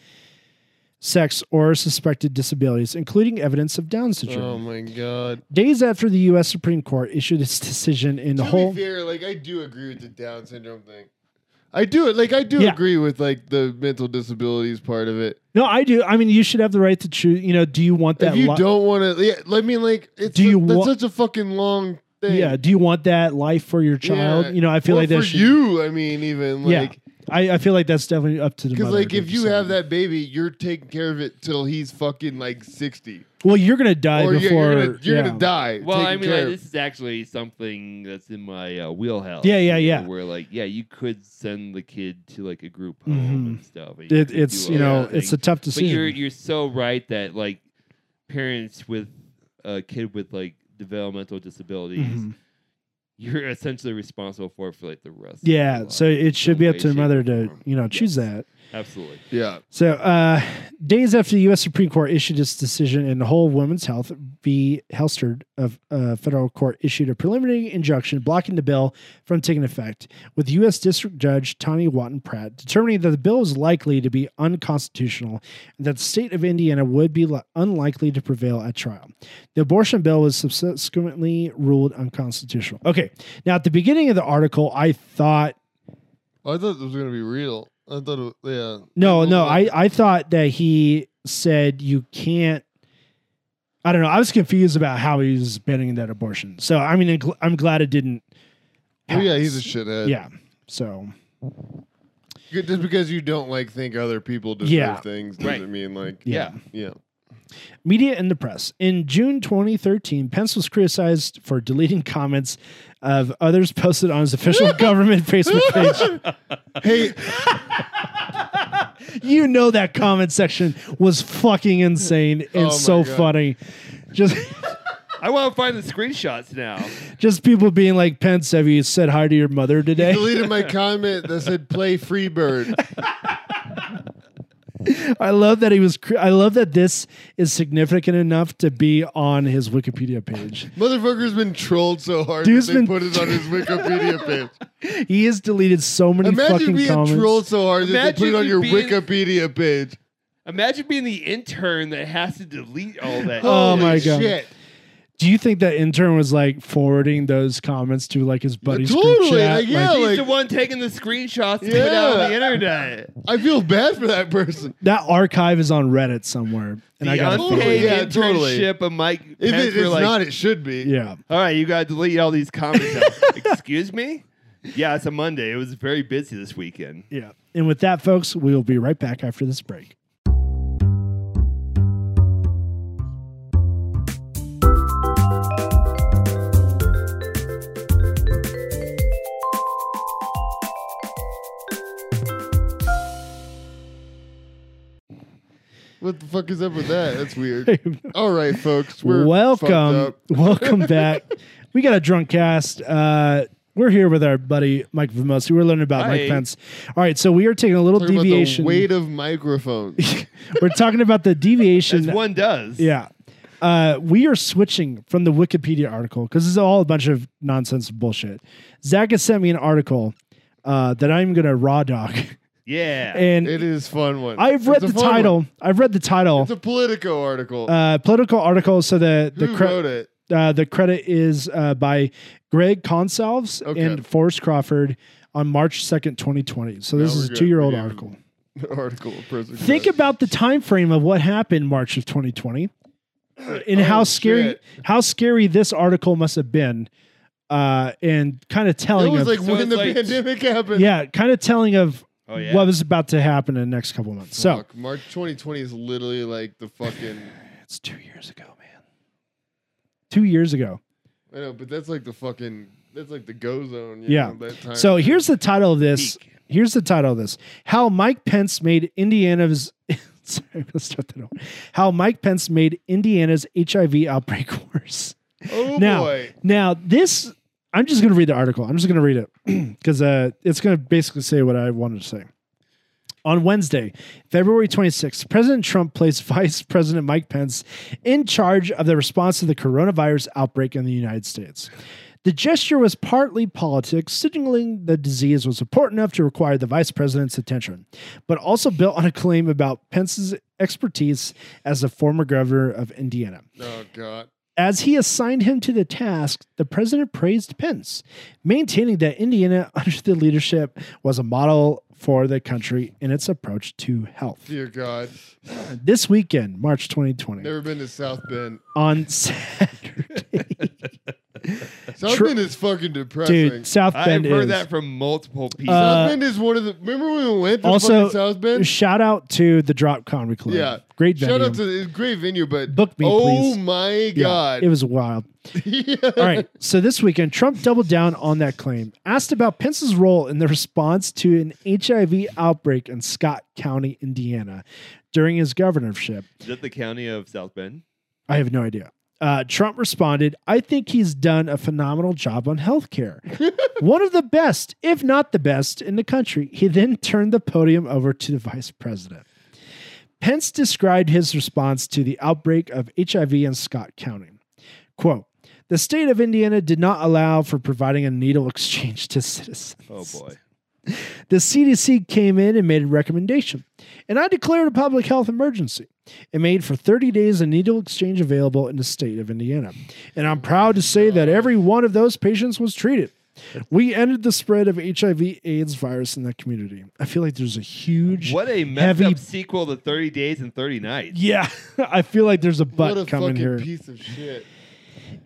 Speaker 1: sex, or suspected disabilities, including evidence of Down
Speaker 2: Yeah.
Speaker 1: syndrome
Speaker 2: Oh my god.
Speaker 1: days after the U.S. Supreme Court issued its decision in the
Speaker 2: to
Speaker 1: whole.
Speaker 2: be fair, like I do agree with the Down syndrome thing. I do it. Like I do
Speaker 1: Yeah.
Speaker 2: agree with like the mental disabilities part of it.
Speaker 1: No, I do. I mean, you should have the right to choose. You know, do you want that?
Speaker 2: if you
Speaker 1: li-
Speaker 2: don't want to, yeah, I mean, like it's
Speaker 1: Do
Speaker 2: a-
Speaker 1: you
Speaker 2: that's
Speaker 1: wa-
Speaker 2: such a fucking long thing.
Speaker 1: yeah. Do you want that life for your child?
Speaker 2: Yeah.
Speaker 1: You know, I feel
Speaker 2: Well,
Speaker 1: like that
Speaker 2: for
Speaker 1: should.
Speaker 2: you. I mean, even
Speaker 1: Yeah.
Speaker 2: like
Speaker 1: I, I feel like that's definitely up to the.
Speaker 2: because
Speaker 1: mother
Speaker 2: like
Speaker 1: to
Speaker 2: if you
Speaker 1: decide.
Speaker 2: have that baby, you're taking care of it till he's fucking like sixty,
Speaker 1: well, you're gonna die
Speaker 2: or you're-
Speaker 1: before.
Speaker 2: you're, gonna, you're
Speaker 1: yeah.
Speaker 2: gonna die.
Speaker 3: Well, I
Speaker 2: taking
Speaker 3: mean,
Speaker 2: care
Speaker 3: like,
Speaker 2: of-
Speaker 3: this is actually something that's in my uh, wheelhouse.
Speaker 1: Yeah, yeah,
Speaker 3: you know,
Speaker 1: yeah.
Speaker 3: Where like, yeah, you could send the kid to like a group home and stuff. and you
Speaker 1: Mm-hmm. It,
Speaker 3: could
Speaker 1: it's
Speaker 3: do
Speaker 1: you
Speaker 3: all
Speaker 1: know
Speaker 3: that
Speaker 1: it's a
Speaker 3: thing.
Speaker 1: tough
Speaker 3: But you're
Speaker 1: decision.
Speaker 3: you're so right that like parents with a kid with like developmental disabilities,
Speaker 2: Mm-hmm.
Speaker 1: Mhm.
Speaker 3: you're essentially responsible for it for like the rest. of
Speaker 1: Yeah,
Speaker 3: their
Speaker 1: so
Speaker 3: life.
Speaker 1: it should be up to the
Speaker 3: Way, shape,
Speaker 1: mother
Speaker 3: or
Speaker 1: to
Speaker 3: form.
Speaker 1: you know
Speaker 3: Yes.
Speaker 1: choose that.
Speaker 3: Absolutely.
Speaker 2: yeah,
Speaker 1: So, uh, days after the U.S. Supreme Court issued its decision in Whole Women's Health v. Helsterd, of uh, federal court issued a preliminary injunction blocking the bill from taking effect, with U.S. District Judge Tony Watton Pratt determining that the bill was likely to be unconstitutional and that the state of Indiana would be li- unlikely to prevail at trial. The abortion bill was subsequently ruled unconstitutional. Okay, now at the beginning of the article, I thought
Speaker 2: Oh, I thought it was gonna be real. I thought, it, yeah,
Speaker 1: No,
Speaker 2: Like,
Speaker 1: no,
Speaker 2: what-
Speaker 1: I, I thought that he said you can't. I don't know. I was confused about how he was banning that abortion. So I mean, I'm gl- I'm glad it didn't.
Speaker 2: Oh yeah, he's a
Speaker 1: pass.
Speaker 2: shithead.
Speaker 1: Yeah. So
Speaker 2: just because you don't like think other people deserve
Speaker 1: Yeah.
Speaker 2: things doesn't
Speaker 3: Right.
Speaker 2: mean like
Speaker 1: Yeah.
Speaker 3: Yeah.
Speaker 2: yeah.
Speaker 1: media and the press. In June 2013, Pence was criticized for deleting comments of others posted on his official government Facebook page.
Speaker 2: Hey,
Speaker 1: You know that comment section was fucking insane and
Speaker 2: Oh my
Speaker 1: so
Speaker 2: God.
Speaker 1: funny. Just
Speaker 3: I want to find the screenshots now.
Speaker 1: just people being like, Pence, have you said hi to your mother today?
Speaker 2: deleted my comment that said "Play Freebird."
Speaker 1: I love that he was. cr- I love that this is significant enough to be on his Wikipedia page.
Speaker 2: Motherfucker's been trolled so hard
Speaker 1: Dude's
Speaker 2: that
Speaker 1: been-
Speaker 2: they put it on his Wikipedia page.
Speaker 1: He has deleted so many
Speaker 2: Imagine
Speaker 1: fucking
Speaker 2: being
Speaker 1: comments.
Speaker 2: trolled so hard that they put
Speaker 3: Imagine
Speaker 2: it on
Speaker 3: you
Speaker 2: your
Speaker 3: being-
Speaker 2: Wikipedia page.
Speaker 3: Imagine being the intern that has to delete all that.
Speaker 1: Oh
Speaker 2: Holy
Speaker 1: my God.
Speaker 2: Shit.
Speaker 1: Do you think that intern was like forwarding those comments to like his buddy's group
Speaker 2: totally,
Speaker 1: chat?
Speaker 2: like, yeah.
Speaker 3: He's
Speaker 2: like-
Speaker 3: the one taking the screenshots to put out on the internet.
Speaker 2: I feel bad for that person.
Speaker 1: that archive is on Reddit somewhere, and
Speaker 3: the
Speaker 1: I got
Speaker 2: Totally,
Speaker 3: unpaid
Speaker 2: yeah,
Speaker 3: internship
Speaker 2: totally.
Speaker 3: of Mike.
Speaker 2: If
Speaker 3: Pence
Speaker 2: it
Speaker 3: were
Speaker 2: is
Speaker 3: like,
Speaker 2: not, it should be.
Speaker 1: yeah.
Speaker 3: all right, you got to delete all these comments. out." Excuse me? Yeah, it's a Monday. It was very busy this weekend.
Speaker 1: Yeah. And with that, folks, we will be right back after this break.
Speaker 2: What the fuck is up with that? That's weird. All right, folks. We're fucked
Speaker 1: welcome,
Speaker 2: up.
Speaker 1: welcome back. we got a drunk cast. Uh, we're here with our buddy Mike Vimosi. We're learning about Mike
Speaker 3: Hi.
Speaker 1: Pence. All right, so we are taking a little
Speaker 2: Talking about the
Speaker 1: deviation.
Speaker 2: weight of microphones.
Speaker 1: We're talking about the
Speaker 3: As
Speaker 1: deviation.
Speaker 3: one does.
Speaker 1: Yeah. Uh, we are switching from the Wikipedia article because this is all a bunch of nonsense bullshit. Zach has sent me an article uh, that I'm going to raw dog.
Speaker 3: Yeah.
Speaker 1: And
Speaker 2: it is fun one.
Speaker 1: I've read
Speaker 2: It's a
Speaker 1: the
Speaker 2: fun one.
Speaker 1: title. I've read the title.
Speaker 2: It's a Politico article.
Speaker 1: Uh, political article. So the, the,
Speaker 2: Who
Speaker 1: cre-
Speaker 2: wrote it?
Speaker 1: uh, the credit is uh, by Greg Consalves
Speaker 2: Okay.
Speaker 1: and Forrest Crawford on March 2nd, 2020. So this is
Speaker 2: Now
Speaker 1: a
Speaker 2: we're good.
Speaker 1: two year old
Speaker 2: We're good.
Speaker 1: article.
Speaker 2: article of prison.
Speaker 1: Think
Speaker 2: guard.
Speaker 1: about the time frame of what happened March of 2020, and
Speaker 2: Oh,
Speaker 1: how scary
Speaker 2: shit.
Speaker 1: how scary this article must have been, uh, and kind of
Speaker 2: It
Speaker 1: telling
Speaker 2: was
Speaker 1: of
Speaker 2: like
Speaker 3: So
Speaker 2: when
Speaker 3: it's
Speaker 2: the
Speaker 3: like-
Speaker 2: pandemic happened.
Speaker 1: yeah, kind of telling of
Speaker 3: Oh yeah.
Speaker 1: what was about to happen in the next couple of months. So
Speaker 2: Fuck, March 2020 is literally like the fucking.
Speaker 1: it's two years ago, man. Two years ago.
Speaker 2: I know, but that's like the fucking. That's like the go zone. you
Speaker 1: Yeah.
Speaker 2: know, that time.
Speaker 1: So here's the title of this.
Speaker 3: Peak.
Speaker 1: Here's the title of this. How Mike Pence made Indiana's sorry, let's start that over. How Mike Pence made Indiana's HIV outbreak worse.
Speaker 2: Oh
Speaker 1: now-
Speaker 2: boy.
Speaker 1: Now this I'm just gonna read the article. I'm just gonna read it because uh, it's gonna basically say what I wanted to say. On Wednesday, February 26th, President Trump placed Vice President Mike Pence in charge of the response to the coronavirus outbreak in the United States. The gesture was partly politics, signaling the disease was important enough to require the vice president's attention, but also built on a claim about Pence's expertise as the former governor of Indiana.
Speaker 2: Oh god.
Speaker 1: As he assigned him to the task, the president praised Pence, maintaining that Indiana, under the leadership, was a model for the country in its approach to health.
Speaker 2: Dear God.
Speaker 1: This weekend, March 2020,
Speaker 2: Never been to South Bend.
Speaker 1: on Saturday,
Speaker 2: South
Speaker 1: Tru-
Speaker 2: Bend is fucking depressing.
Speaker 1: dude, South
Speaker 3: I've
Speaker 1: Bend
Speaker 3: heard
Speaker 1: is.
Speaker 3: that from multiple people.
Speaker 1: Uh,
Speaker 2: South Bend is one of the. Remember when we went to
Speaker 1: also,
Speaker 2: fucking South Bend?
Speaker 1: shout out to the Drop Comedy Club.
Speaker 2: Yeah.
Speaker 1: great venue.
Speaker 2: Shout out to the great venue, but
Speaker 1: Book me,
Speaker 2: oh
Speaker 1: please.
Speaker 2: my
Speaker 1: Yeah,
Speaker 2: god.
Speaker 1: it was wild. All right. So this weekend, Trump doubled down on that claim, asked about Pence's role in the response to an HIV outbreak in Scott County, Indiana, during his governorship.
Speaker 3: Is that the county of South Bend?
Speaker 1: I have no idea. Uh, Trump responded, I think he's done a phenomenal job on healthcare. One of the best, if not the best, in the country. He then turned the podium over to the vice president. Pence described his response to the outbreak of HIV in Scott County. Quote, the state of Indiana did not allow for providing a needle exchange to citizens.
Speaker 3: Oh boy.
Speaker 1: The CDC came in and made a recommendation, and I declared a public health emergency. It made for 30 days a needle exchange available in the state of Indiana. And I'm proud to say that every one of those patients was treated. We ended the spread of HIV AIDS virus in that community. I feel like there's a huge
Speaker 3: What a messed
Speaker 1: heavy
Speaker 3: up sequel to 30 Days and 30 Nights.
Speaker 1: Yeah, I feel like there's a
Speaker 2: what
Speaker 1: butt
Speaker 2: a
Speaker 1: coming
Speaker 2: fucking
Speaker 1: here.
Speaker 2: piece of shit.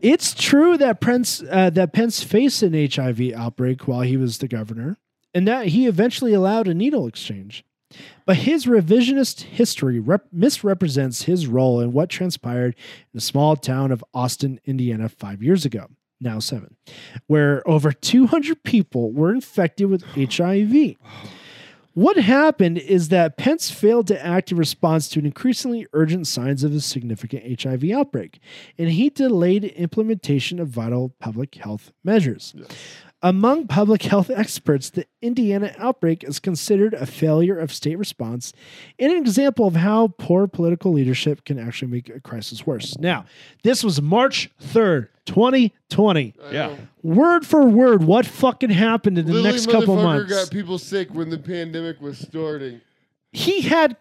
Speaker 1: It's true that Pence uh, that Pence faced an HIV outbreak while he was the governor, and that he eventually allowed a needle exchange. But his revisionist history rep- misrepresents his role in what transpired in the small town of Austin, Indiana, five years ago, now seven, where over 200 people were infected with HIV. What happened is that Pence failed to act in response to an increasingly urgent signs of a significant HIV outbreak, and he delayed implementation of vital public health measures. Among public health experts, the Indiana outbreak is considered a failure of state response and an example of how poor political leadership can actually make a crisis worse. Now, this was March 3rd, 2020.
Speaker 2: I
Speaker 3: Yeah.
Speaker 2: know.
Speaker 1: Word for word, what fucking happened in the
Speaker 2: Literally,
Speaker 1: next couple
Speaker 2: motherfucker
Speaker 1: months?
Speaker 2: got people sick when the pandemic was starting.
Speaker 1: he had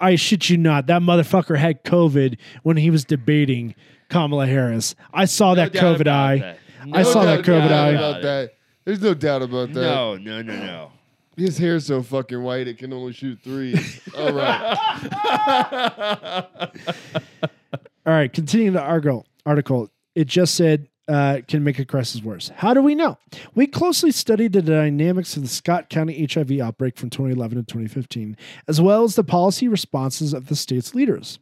Speaker 1: I shit you not, that motherfucker had COVID when he was debating Kamala Harris. I saw that
Speaker 3: No doubt
Speaker 1: COVID
Speaker 3: about
Speaker 1: eye.
Speaker 3: that.
Speaker 1: I saw that
Speaker 2: doubt
Speaker 1: COVID
Speaker 2: about
Speaker 1: eye.
Speaker 2: About that. There's no doubt about that.
Speaker 3: No, no, no, no.
Speaker 2: His hair's so fucking white it can only shoot three. All right.
Speaker 1: All right, continuing the article, article it just said uh, can make a crisis worse. How do we know? We closely studied the dynamics of the Scott County HIV outbreak from 2011 to 2015, as well as the policy responses of the state's leaders.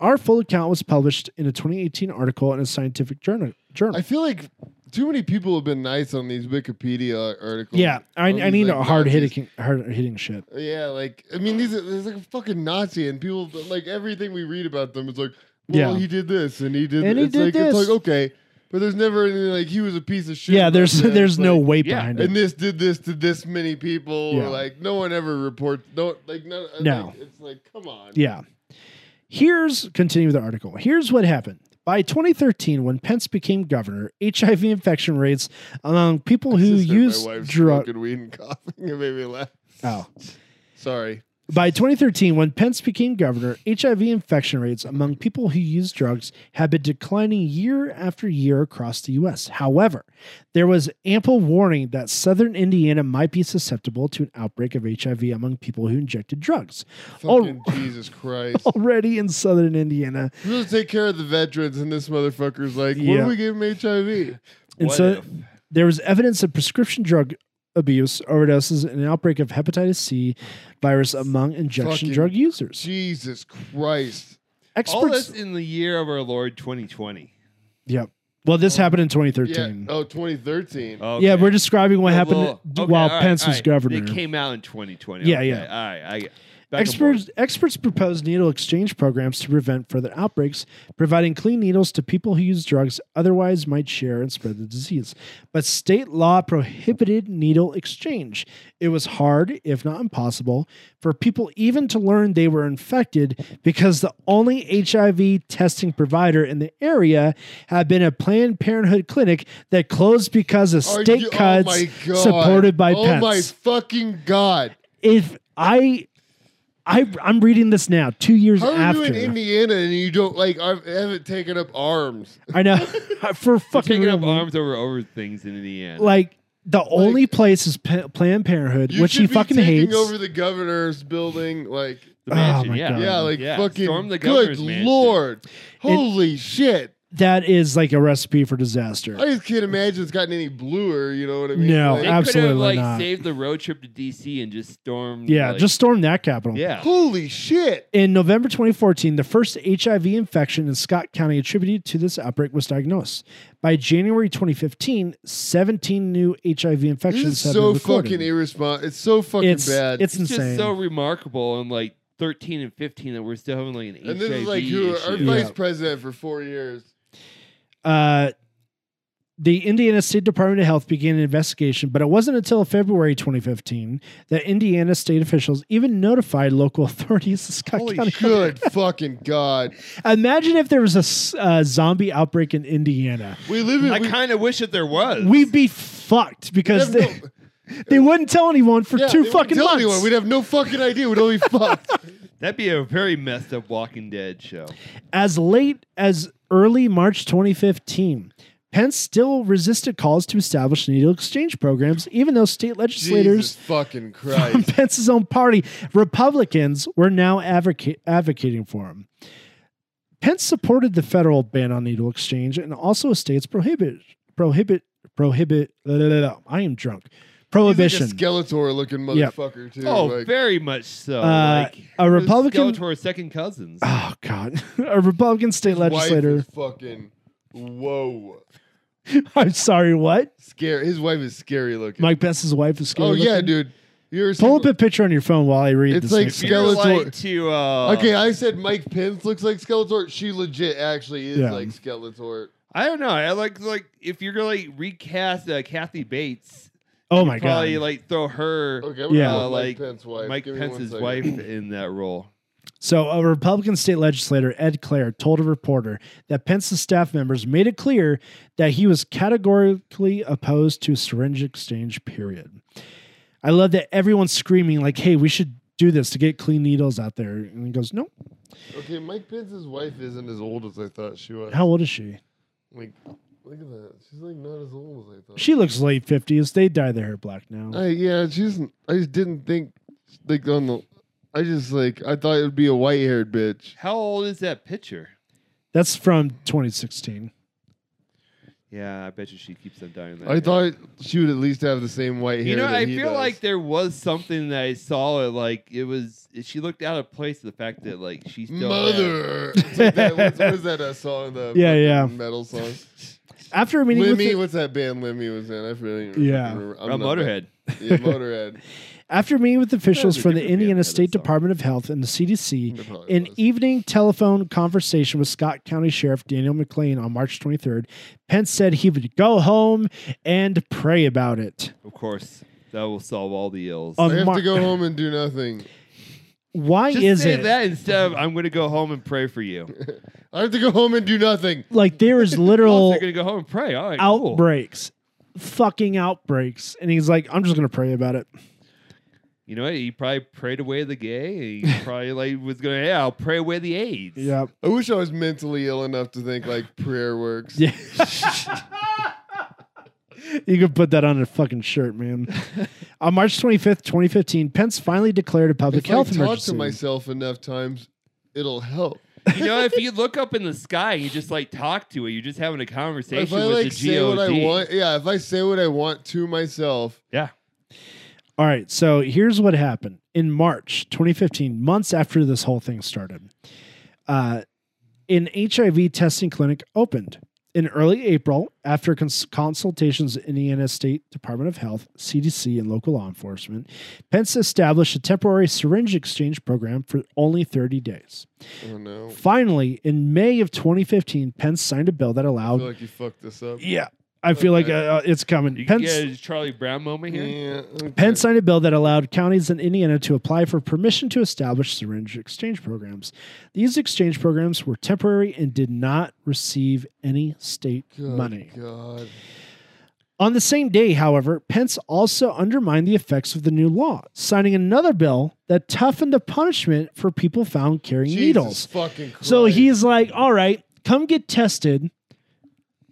Speaker 1: Our full account was published in a 2018 article in a scientific journal. journal.
Speaker 2: I feel like too many people have been nice on these Wikipedia articles.
Speaker 1: yeah, I,
Speaker 2: On
Speaker 1: I
Speaker 2: these,
Speaker 1: need
Speaker 2: like,
Speaker 1: a hard
Speaker 2: Nazis.
Speaker 1: hitting, hard hitting shit.
Speaker 2: Yeah, like I mean, these are, there's like a fucking Nazi and people like everything we read about them is like, well,
Speaker 1: Yeah.
Speaker 2: he did this and he did.
Speaker 1: And he
Speaker 2: it's
Speaker 1: did
Speaker 2: like,
Speaker 1: this.
Speaker 2: It's like okay, but there's never anything like he was a piece of shit.
Speaker 1: Yeah,
Speaker 2: about
Speaker 1: there's
Speaker 2: this,
Speaker 1: there's no
Speaker 2: like,
Speaker 1: weight
Speaker 3: yeah,
Speaker 1: behind it.
Speaker 2: And this did this to this many people.
Speaker 1: Yeah.
Speaker 2: Or like no one ever reports. No, like no. uh,
Speaker 1: No.
Speaker 2: like, it's like come on.
Speaker 1: Yeah. Here's continue with the article. Here's what happened. By 2013, when Pence became governor, HIV infection rates among people who
Speaker 2: Sister,
Speaker 1: use
Speaker 2: my wife's
Speaker 1: drugs.
Speaker 2: smoking weed and coughing. It made me laugh.
Speaker 1: Oh,
Speaker 2: Sorry.
Speaker 1: By 2013, when Pence became governor, HIV infection rates among people who use drugs had been declining year after year across the U.S. However, there was ample warning that southern Indiana might be susceptible to an outbreak of HIV among people who injected drugs. Al-
Speaker 2: Fucking Jesus Christ.
Speaker 1: already in southern Indiana.
Speaker 2: We're supposed to take care of the veterans, and this motherfucker's like, what
Speaker 1: Yeah.
Speaker 2: do we give him HIV?
Speaker 1: And
Speaker 3: What
Speaker 1: so
Speaker 3: if?
Speaker 1: there was evidence of prescription drug abuse, overdoses, and an outbreak of hepatitis C virus among injection
Speaker 2: Fucking
Speaker 1: drug users.
Speaker 2: Jesus Christ.
Speaker 3: all
Speaker 1: Experts.
Speaker 3: this in the year of our Lord 2020.
Speaker 1: Yep. Well, this happened in
Speaker 2: Yeah.
Speaker 1: 2013.
Speaker 2: Oh, 2013.
Speaker 3: Oh,
Speaker 1: Yeah, we're describing what happened d- while Pence was governor.
Speaker 3: It came out in 2020.
Speaker 1: Yeah,
Speaker 3: Okay,
Speaker 1: yeah.
Speaker 3: All right. I, back
Speaker 1: Experts
Speaker 3: aboard.
Speaker 1: experts propose needle exchange programs to prevent further outbreaks, providing clean needles to people who use drugs otherwise might share and spread the disease. But state law prohibited needle exchange. It was hard, if not impossible, for people even to learn they were infected because the only HIV testing provider in the area had been a Planned Parenthood clinic that closed because of
Speaker 2: Are
Speaker 1: state
Speaker 2: you-
Speaker 1: cuts
Speaker 2: oh my God.
Speaker 1: supported by
Speaker 2: Oh
Speaker 1: Pence
Speaker 2: my fucking God.
Speaker 1: if I, I I'm reading this now, two years
Speaker 2: How are
Speaker 1: after.
Speaker 2: you in Indiana and you don't like I haven't taken up arms?
Speaker 1: I know for fucking
Speaker 3: taking
Speaker 1: real,
Speaker 3: up arms over over things in Indiana.
Speaker 1: like the only place is P- Planned Parenthood,
Speaker 2: You
Speaker 1: which
Speaker 2: should
Speaker 1: he
Speaker 2: be
Speaker 1: fucking
Speaker 2: taking
Speaker 1: hates.
Speaker 2: over the governor's building, like
Speaker 3: the mansion,
Speaker 1: Oh, my
Speaker 3: yeah.
Speaker 1: God.
Speaker 2: yeah, like
Speaker 3: yeah,
Speaker 2: fucking
Speaker 3: storm the
Speaker 2: good
Speaker 3: governor's mansion.
Speaker 2: lord, holy shit!
Speaker 1: that is like a recipe for disaster.
Speaker 2: I just can't imagine it's gotten any bluer. You know what I mean?
Speaker 1: No,
Speaker 2: Like,
Speaker 3: They could
Speaker 1: Absolutely
Speaker 3: have like
Speaker 1: not.
Speaker 3: saved the road trip to DC and just stormed.
Speaker 1: yeah,
Speaker 3: like-
Speaker 1: just storm that capital.
Speaker 3: yeah.
Speaker 2: holy shit!
Speaker 1: In November 2014, the first HIV infection in Scott County attributed to this outbreak was diagnosed. By January 2015, 17 new HIV
Speaker 2: This
Speaker 1: infections
Speaker 2: is
Speaker 1: have
Speaker 2: so
Speaker 1: been recorded.
Speaker 2: fucking irresponsible. It's so fucking
Speaker 1: it's
Speaker 2: bad.
Speaker 1: it's
Speaker 3: It's
Speaker 1: insane.
Speaker 3: just so remarkable and like 13 and 15 that we're still having like an
Speaker 2: and this
Speaker 3: HIV
Speaker 2: is like who our
Speaker 3: issue.
Speaker 2: vice
Speaker 1: Yeah.
Speaker 2: president for four years.
Speaker 1: Uh, the Indiana State Department of Health began an investigation, but it wasn't until February 2015 that Indiana state officials even notified local authorities in Scott
Speaker 2: Holy
Speaker 1: County.
Speaker 2: good fucking god!
Speaker 1: Imagine if there was a s- uh, zombie outbreak in Indiana.
Speaker 2: We live in.
Speaker 3: I
Speaker 2: we-
Speaker 3: kind of wish that there was.
Speaker 1: We'd be fucked because
Speaker 2: We'd have
Speaker 1: they, they wouldn't tell anyone for
Speaker 2: yeah, they
Speaker 1: two
Speaker 2: wouldn't
Speaker 1: fucking
Speaker 2: tell
Speaker 1: months.
Speaker 2: anyone. We'd have no fucking idea. We'd all be fucked.
Speaker 3: That'd be a very messed up Walking Dead show.
Speaker 1: as late as early March 2015. Pence still resisted calls to establish needle exchange programs, even though state legislators
Speaker 2: Jesus fucking
Speaker 1: from
Speaker 2: Christ!
Speaker 1: Pence's own party, Republicans were now advocate, advocating for him. Pence supported the federal ban on needle exchange and also a state's prohibit prohibit prohibit. blah, blah, blah, blah. I am drunk. Prohibition.
Speaker 2: He's like a Skeletor looking
Speaker 1: Yep.
Speaker 2: motherfucker too.
Speaker 3: oh,
Speaker 2: like,
Speaker 3: very much so.
Speaker 1: Uh,
Speaker 3: like,
Speaker 1: a Republican.
Speaker 3: Skeletor second cousins.
Speaker 1: Oh God! A Republican state
Speaker 2: wife
Speaker 1: legislator.
Speaker 2: is fucking whoa.
Speaker 1: I'm sorry. What?
Speaker 2: Scary. His wife is scary looking.
Speaker 1: Mike Pence's wife is.
Speaker 2: oh
Speaker 1: scary
Speaker 2: yeah,
Speaker 1: looking?
Speaker 2: dude. You're
Speaker 1: Pull up a picture on your phone while I read
Speaker 2: It's
Speaker 1: this.
Speaker 2: like
Speaker 1: next one.
Speaker 3: If you're
Speaker 2: Skeletor-
Speaker 3: like to uh,
Speaker 2: Okay, I said Mike Pence looks like Skeletor. She legit actually is
Speaker 1: Yeah.
Speaker 2: like Skeletor.
Speaker 3: I don't know. I like like if you're gonna like recast uh, Kathy Bates,
Speaker 1: oh my God!
Speaker 3: probably like throw her
Speaker 2: Okay,
Speaker 1: Yeah.
Speaker 2: yeah,
Speaker 3: Uh,
Speaker 2: Mike
Speaker 3: like
Speaker 2: Pence's wife.
Speaker 3: Mike
Speaker 2: Give me one
Speaker 3: Pence's
Speaker 2: second.
Speaker 3: wife in that role.
Speaker 1: So, a Republican state legislator, Ed Clare, told a reporter that Pence's staff members made it clear that he was categorically opposed to syringe exchange, period. I love that everyone's screaming, like, hey, we should do this to get clean needles out there. And he goes, no.
Speaker 2: Okay, Mike Pence's wife isn't as old as I thought she was.
Speaker 1: How old is she?
Speaker 2: Like, look at that. She's like not as old as I thought.
Speaker 1: She looks late 50s. They dye their hair black now.
Speaker 2: I, yeah, she isn't. I just didn't think like on the. I just like I thought it would be a white haired bitch.
Speaker 3: How old is that picture?
Speaker 1: That's from 2016.
Speaker 3: Yeah, I bet you she keeps on dying. That
Speaker 2: I
Speaker 3: hair.
Speaker 2: thought she would at least have the same white hair.
Speaker 3: You know,
Speaker 2: that
Speaker 3: I
Speaker 2: he
Speaker 3: feel
Speaker 2: does.
Speaker 3: like there was something that I saw. It like it was. She looked out of place. The fact that like she still had-
Speaker 2: Mother. It's like that- what's, what is that uh, song? The
Speaker 1: Yeah,
Speaker 2: fucking
Speaker 1: yeah.
Speaker 2: metal song.
Speaker 1: After a meeting with
Speaker 2: Lemmy,
Speaker 1: the-
Speaker 2: what's that band Lemmy was in? I forget.
Speaker 1: Yeah.
Speaker 2: remember.
Speaker 3: a
Speaker 2: I'm not-
Speaker 3: Motorhead.
Speaker 2: Yeah, Motorhead.
Speaker 1: After meeting with officials
Speaker 3: Those are
Speaker 1: from the
Speaker 3: different bands,
Speaker 1: Indiana
Speaker 3: yeah,
Speaker 1: State
Speaker 3: that's all.
Speaker 1: Department of Health and the CDC,
Speaker 2: It probably
Speaker 1: an
Speaker 2: was.
Speaker 1: evening telephone conversation with Scott County Sheriff Daniel McLean on March 23rd, Pence said he would go home and pray about it.
Speaker 3: Of course, that will solve all the ills.
Speaker 1: Um,
Speaker 2: I have
Speaker 1: Mar-
Speaker 2: to go home and do nothing.
Speaker 1: Why
Speaker 3: Just
Speaker 1: is
Speaker 3: say
Speaker 1: it
Speaker 3: that instead of I'm going to go home and pray for you.
Speaker 2: I have to go home and do nothing.
Speaker 1: like there is
Speaker 3: Oh,
Speaker 1: literal
Speaker 3: they're going to go home and pray. All right, cool.
Speaker 1: outbreaks, fucking outbreaks, and he's like, I'm just gonna pray about it.
Speaker 3: you know, he probably prayed away the gay. He probably like was going, yeah, I'll pray away the AIDS.
Speaker 1: Yeah.
Speaker 2: I wish I was mentally ill enough to think like prayer works.
Speaker 1: Yeah. you could put that on a fucking shirt, man. on March 25th, 2015, Pence finally declared a public
Speaker 2: if
Speaker 1: health
Speaker 2: I talk
Speaker 1: emergency.
Speaker 2: to myself enough times, it'll help.
Speaker 3: You know, if you look up in the sky and you just like talk to it, you're just having a conversation
Speaker 2: If I
Speaker 3: with
Speaker 2: like
Speaker 3: the
Speaker 2: say
Speaker 3: GOD.
Speaker 2: what I want, yeah. If I say what I want to myself,
Speaker 3: Yeah.
Speaker 1: All right, so here's what happened in March 2015, months after this whole thing started. Uh, an HIV testing clinic opened in early April after cons- consultations with Indiana State Department of Health, CDC, and local law enforcement. Pence established a temporary syringe exchange program for only 30 days.
Speaker 2: oh no,
Speaker 1: Finally, in May of 2015, Pence signed a bill that
Speaker 2: I
Speaker 1: allowed.
Speaker 2: feel like you fucked this up.
Speaker 1: yeah, I feel like uh, uh, it's coming.
Speaker 3: You
Speaker 1: Pence,
Speaker 3: get a Charlie Brown moment here.
Speaker 2: Yeah, okay.
Speaker 1: Penn signed a bill that allowed counties in Indiana to apply for permission to establish syringe exchange programs. These exchange programs were temporary and did not receive any state
Speaker 2: Good
Speaker 1: money.
Speaker 2: God.
Speaker 1: On the same day, however, Pence also undermined the effects of the new law, signing another bill that toughened the punishment for people found carrying
Speaker 2: Jesus
Speaker 1: needles.
Speaker 2: Fucking
Speaker 1: So
Speaker 2: Christ.
Speaker 1: he's like, all right, come get tested.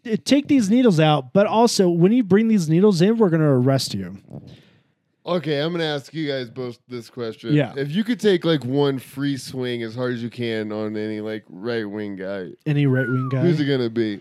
Speaker 1: eh, Take these needles out, but also when you bring these needles in, we're going to arrest you.
Speaker 2: Okay, I'm gonna ask you guys both this question.
Speaker 1: Yeah.
Speaker 2: If you could take like one free swing as hard as you can on any like right wing guy,
Speaker 1: Any right wing guy?
Speaker 2: who's it gonna be?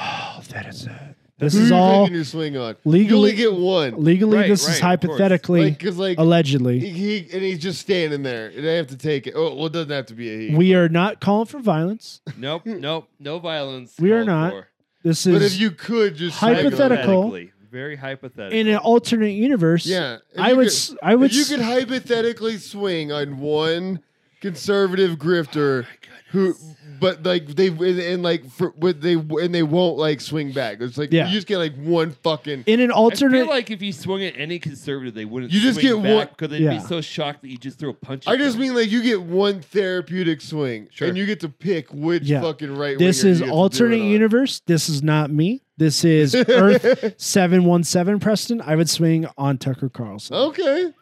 Speaker 1: Oh, that is it. This
Speaker 2: Who
Speaker 1: is
Speaker 2: you
Speaker 1: all
Speaker 2: taking your swing on? you
Speaker 1: legally-
Speaker 2: only get one.
Speaker 1: legally.
Speaker 3: Right,
Speaker 1: this
Speaker 3: right,
Speaker 1: is
Speaker 3: of course.
Speaker 1: hypothetically,
Speaker 2: Like, cause like
Speaker 1: allegedly.
Speaker 2: he and he's just standing there, and I have to take it. Oh, well, it doesn't have to be a he.
Speaker 1: We are not calling for violence.
Speaker 3: Nope,
Speaker 2: Hmm.
Speaker 3: nope, no violence.
Speaker 1: We are
Speaker 3: called
Speaker 1: not.
Speaker 3: for.
Speaker 1: This
Speaker 2: but if
Speaker 1: is
Speaker 2: you could just
Speaker 1: Hypothetical.
Speaker 3: Hypothetically, very hypothetical.
Speaker 1: in an alternate universe.
Speaker 2: swing on it. yeah, if
Speaker 1: I
Speaker 2: you
Speaker 1: would.
Speaker 2: could-
Speaker 1: s I I would.
Speaker 2: if you
Speaker 1: s-
Speaker 2: could hypothetically swing on one conservative grifter who but like they and, and like for, but they and they won't like swing back it's like
Speaker 1: Yeah.
Speaker 2: you just get like one fucking
Speaker 1: in an
Speaker 3: I
Speaker 1: alternate.
Speaker 3: feel like if you swung at any conservative, they wouldn't.
Speaker 2: You just
Speaker 3: swing
Speaker 2: get
Speaker 3: back
Speaker 2: one-
Speaker 3: because they'd
Speaker 1: Yeah.
Speaker 3: be so shocked that you just threw a punch.
Speaker 2: i
Speaker 3: at
Speaker 2: just
Speaker 3: them.
Speaker 2: mean like you get one therapeutic swing
Speaker 3: Sure.
Speaker 2: and you get to pick which
Speaker 1: Yeah.
Speaker 2: fucking right
Speaker 1: this
Speaker 2: winger
Speaker 1: is
Speaker 2: you get to do
Speaker 1: alternate
Speaker 2: it on.
Speaker 1: universe. This is not me. This is Earth seven one seven. Preston. I would swing on Tucker
Speaker 2: Oh,
Speaker 1: Carlson.
Speaker 2: okay